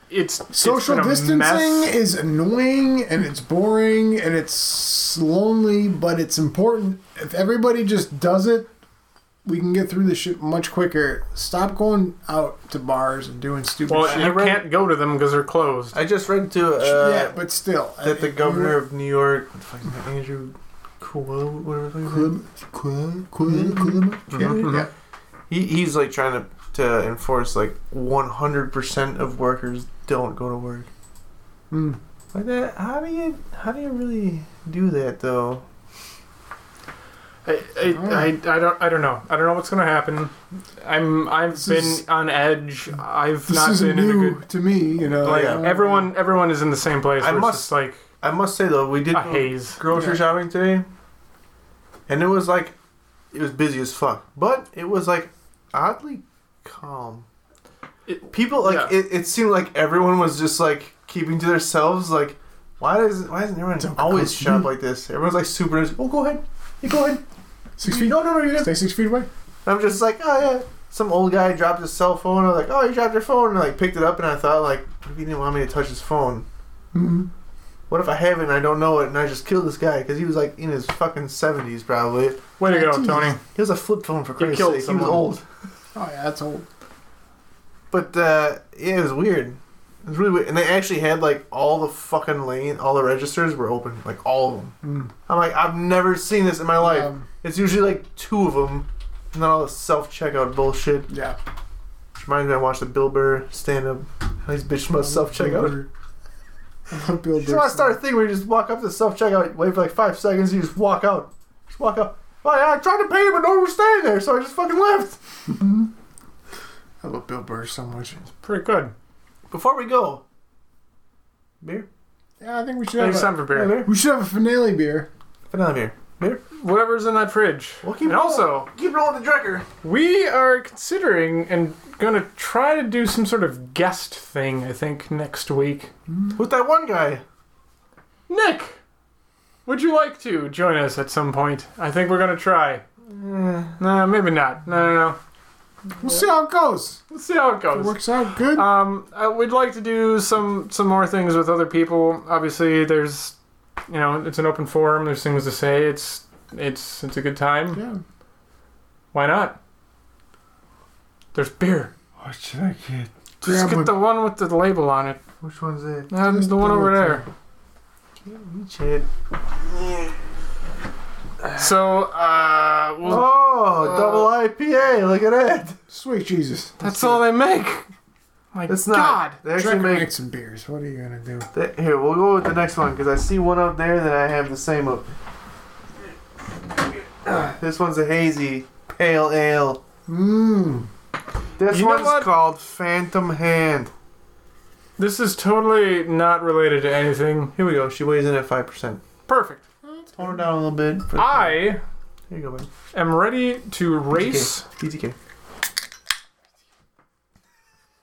Speaker 1: It's
Speaker 2: Social
Speaker 1: it's been a
Speaker 2: distancing
Speaker 1: mess.
Speaker 2: is annoying and it's boring and it's lonely, but it's important. If everybody just does it, we can get through this shit much quicker. Stop going out to bars and doing stupid
Speaker 1: Well,
Speaker 2: shit.
Speaker 1: you
Speaker 4: read-
Speaker 1: can't go to them because they're closed.
Speaker 4: I just read to uh,
Speaker 2: yeah, but still. I-
Speaker 4: that the governor of New York, what the fuck is his name, Andrew Cuomo, whatever his name is.
Speaker 2: Cuomo- Cuomo-
Speaker 1: Mm-hmm.
Speaker 2: Cuomo- Cuomo- Cuomo- Yeah.
Speaker 4: He, he's like trying to to enforce like 100% of workers don't go to work.
Speaker 2: Hmm.
Speaker 4: Like that, how do you how do you really do that though?
Speaker 1: I, I, I, I don't I don't know I don't know what's gonna happen. I'm I've been
Speaker 2: is-
Speaker 1: on edge. I've
Speaker 2: This
Speaker 1: not
Speaker 2: isn't
Speaker 1: been in a
Speaker 2: new
Speaker 1: good.
Speaker 2: to me, you know.
Speaker 1: Like
Speaker 4: yeah.
Speaker 1: everyone everyone is in the same place.
Speaker 4: I
Speaker 1: where it's
Speaker 4: must-
Speaker 1: just like
Speaker 4: I must say though, we did
Speaker 1: a
Speaker 4: go
Speaker 1: haze.
Speaker 4: grocery
Speaker 2: Yeah.
Speaker 4: shopping today, and it was like it was busy as fuck, but it was like oddly calm.
Speaker 1: It-
Speaker 4: People like
Speaker 1: yeah.
Speaker 4: it, it seemed like everyone was just like keeping to themselves. Like why does why doesn't everyone always shop like this? Everyone's like super. nice, Oh, go ahead, you go ahead.
Speaker 2: Six feet.
Speaker 4: No, no, no, you
Speaker 2: Stay six feet away.
Speaker 4: I'm just like, oh yeah. Some old guy dropped his cell phone. I'm like, oh, you dropped your phone. And like picked it up, and I thought like, what if he didn't want me to touch his phone?
Speaker 2: Mhm.
Speaker 4: What if I haven't? I don't know it, and I just killed this guy because he was like in his fucking seventies probably. He
Speaker 1: Way to go,
Speaker 2: Jesus.
Speaker 1: Tony.
Speaker 4: was a flip phone for Christ's
Speaker 1: killed
Speaker 4: sake. He was
Speaker 1: someone.
Speaker 4: old.
Speaker 2: Oh yeah, that's old.
Speaker 4: But uh, yeah, it was weird. It was really weird. And they actually had like all the fucking lane, all the registers were open, like all of them. I'm like, I've never seen this in my life.
Speaker 2: Um,
Speaker 4: it's usually like two of them, and then all the self checkout bullshit.
Speaker 2: Yeah.
Speaker 4: Which reminds me, I watched the Bill Burr stand up. These bitch must self checkout.
Speaker 2: *laughs* Bill
Speaker 4: Just want
Speaker 2: Burr.
Speaker 4: to start a thing where you just walk up to the self checkout, wait for like five seconds, you just walk out. Just walk out. Oh, yeah, I tried to pay him, but no one was staying there, so I just fucking left.
Speaker 2: I love Bill Burr so much.
Speaker 1: Pretty good.
Speaker 4: Before we go, beer?
Speaker 2: Yeah, I think we should
Speaker 1: Thanks,
Speaker 2: have.
Speaker 1: time
Speaker 2: A,
Speaker 1: for
Speaker 4: Yeah,
Speaker 1: beer.
Speaker 4: beer.
Speaker 2: we should have a finale beer.
Speaker 4: Banana beer. Beer?
Speaker 1: Whatever's in that fridge.
Speaker 4: Well, keep
Speaker 1: and
Speaker 4: rolling.
Speaker 1: also,
Speaker 4: Keep rolling the Drecker.
Speaker 1: we are considering and gonna try to do some sort of guest thing. I think next week.
Speaker 4: With that one guy.
Speaker 1: Nick, would you like to join us at some point? I think we're gonna try. No, maybe not. No, no, no.
Speaker 2: We'll see how it goes.
Speaker 1: Let's see how it
Speaker 2: If
Speaker 1: goes.
Speaker 2: it works out good.
Speaker 1: Um, uh, we'd like to do some some more things with other people. Obviously, there's, you know, it's an open forum. There's things to say. It's it's it's a good time.
Speaker 2: yeah.
Speaker 1: Why not? There's beer.
Speaker 4: What should I get?
Speaker 1: Just
Speaker 2: Grab
Speaker 1: get
Speaker 2: one.
Speaker 1: the one with the label on it.
Speaker 4: Which one's it?
Speaker 1: Um,
Speaker 2: Just
Speaker 1: the one
Speaker 2: do
Speaker 1: over
Speaker 2: it,
Speaker 1: there.
Speaker 4: Shit.
Speaker 1: So, uh, well,
Speaker 4: Oh, double IPA. Look at that.
Speaker 2: Sweet Jesus.
Speaker 1: that's all they make. *laughs* My
Speaker 4: It's not.
Speaker 1: God.
Speaker 4: They
Speaker 2: Drink
Speaker 4: actually
Speaker 2: and
Speaker 4: make
Speaker 2: make some beers. What are you gonna do?
Speaker 4: Th- Here, we'll go with the next one because I see one up there that I have the same of. *sighs* This one's a hazy pale ale.
Speaker 2: Mmm.
Speaker 4: This
Speaker 1: You know what?
Speaker 4: one's called Phantom Hand.
Speaker 1: This is totally not related to anything.
Speaker 4: Here we go. She weighs in at five percent.
Speaker 1: Perfect.
Speaker 4: Tone her down a little bit. for-
Speaker 1: I
Speaker 4: Here you go, man.
Speaker 1: am ready to race
Speaker 4: PTK.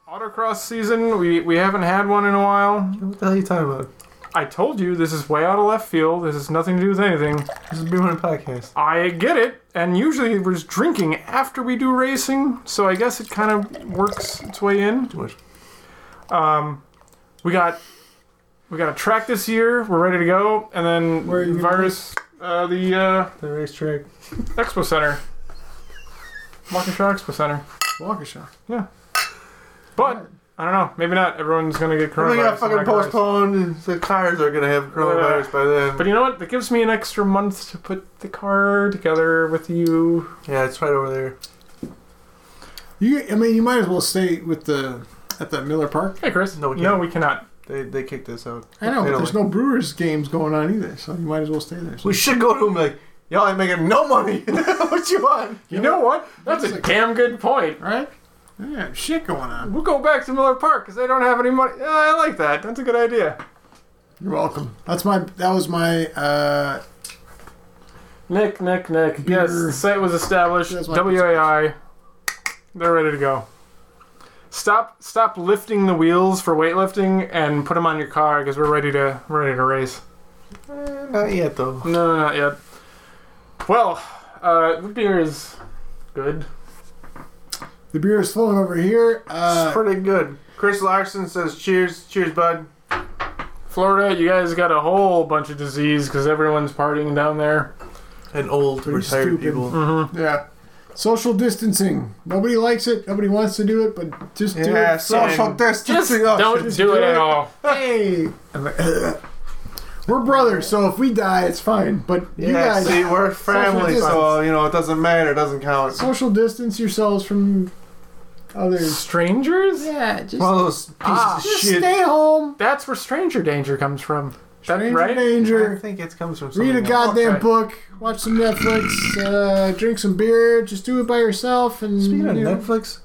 Speaker 1: Supercross season. We we haven't had one in a while.
Speaker 4: What the hell are you talking about?
Speaker 1: I told you this is way out of left field. This has nothing to do with anything.
Speaker 4: This is B1 podcast.
Speaker 1: I get it, and usually we're just drinking after we do racing, so I guess it kind of works its way in.
Speaker 4: Too much.
Speaker 1: Um, We got we got a track this year. We're ready to go, and then
Speaker 2: Where are you gonna
Speaker 1: virus uh, the uh,
Speaker 4: The racetrack.
Speaker 1: expo center, Waukesha Expo Center.
Speaker 2: Waukesha.
Speaker 1: But I don't know. Maybe not. Everyone's gonna get
Speaker 4: They
Speaker 1: coronavirus.
Speaker 4: got fucking
Speaker 1: I'm not gonna-
Speaker 4: postponed. The cars are gonna have coronavirus by then.
Speaker 1: But you know what? That gives me an extra month to put the car together with you.
Speaker 4: yeah, it's right over there.
Speaker 2: You, I mean, you might as well stay with the at the Miller Park.
Speaker 1: Hey, Chris.
Speaker 4: No, we
Speaker 1: no,
Speaker 4: can't.
Speaker 1: we cannot.
Speaker 4: They they kicked us out.
Speaker 2: I know, but
Speaker 4: They don't
Speaker 2: there's
Speaker 4: like-
Speaker 2: no Brewers games going on either, so you might as well stay there. So
Speaker 4: We should go to them like, y'all ain't making no money. *laughs* what you want?
Speaker 1: You know what? That's
Speaker 2: Looks
Speaker 1: a
Speaker 2: like-
Speaker 1: damn good point.
Speaker 2: right? Yeah, shit going on.
Speaker 1: We'll go back to Miller Park because they don't have any money. Yeah, I like that. That's a good idea.
Speaker 2: You're welcome. That's my. That was my. uh
Speaker 1: Nick, Nick, Nick. Yes,
Speaker 2: Beer.
Speaker 1: the site was established.
Speaker 2: That's my
Speaker 1: WAI. They're ready to go. Stop, stop lifting the wheels for weightlifting and put them on your car because we're ready to we're ready to race.
Speaker 4: Eh, not yet though.
Speaker 1: No, not yet. Well, uh, the beer is good.
Speaker 2: The beer is flowing over here. Uh,
Speaker 4: it's pretty good. Chris Larson says, "Cheers, cheers, bud."
Speaker 1: Florida, you guys got a whole bunch of disease because everyone's partying down there.
Speaker 4: And old
Speaker 2: Pretty
Speaker 4: retired
Speaker 2: stupid. Mm-hmm.
Speaker 4: people.
Speaker 2: yeah. Social distancing. Nobody likes it. Nobody wants to do it, but just do
Speaker 4: Yeah,
Speaker 2: it.
Speaker 4: social
Speaker 1: And
Speaker 4: distancing. Oh,
Speaker 1: Don't
Speaker 4: shit.
Speaker 1: do it at all.
Speaker 2: Hey. *laughs* We're brothers, so if we die, it's fine. But you
Speaker 4: Yeah,
Speaker 2: guys,
Speaker 4: see, we're family,
Speaker 2: distance.
Speaker 4: so you know it doesn't matter. It doesn't count.
Speaker 2: social distance yourselves from others.
Speaker 1: Strangers?
Speaker 2: Yeah, just,
Speaker 4: One of those pieces
Speaker 1: Ah,
Speaker 4: of
Speaker 2: just
Speaker 4: shit.
Speaker 2: stay home.
Speaker 1: That's where stranger danger comes from. That,
Speaker 2: Stranger
Speaker 1: right?
Speaker 2: danger.
Speaker 4: I think it comes from.
Speaker 2: Read a
Speaker 4: something else.
Speaker 2: goddamn
Speaker 1: Okay.
Speaker 2: book, watch some Netflix, uh, drink some beer, just do it by yourself. And
Speaker 4: Speaking of
Speaker 2: you know,
Speaker 4: Netflix,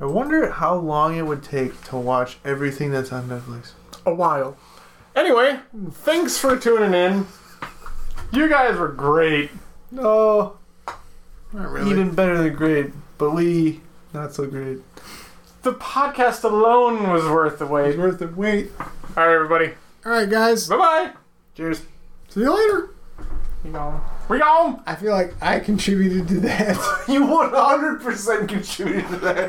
Speaker 4: I wonder how long it would take to watch everything that's on Netflix.
Speaker 1: A while. Anyway, thanks for tuning in. You guys were great.
Speaker 4: No,
Speaker 2: not really.
Speaker 4: Oh, even better than great, but we not so great.
Speaker 1: The podcast alone was worth the wait.
Speaker 2: It's worth the wait.
Speaker 1: All right, everybody.
Speaker 2: All right, guys.
Speaker 1: Bye bye.
Speaker 4: Cheers.
Speaker 2: See you later.
Speaker 1: We gone. We gone.
Speaker 2: I feel like I contributed to that. *laughs*
Speaker 4: You 100% contributed to that.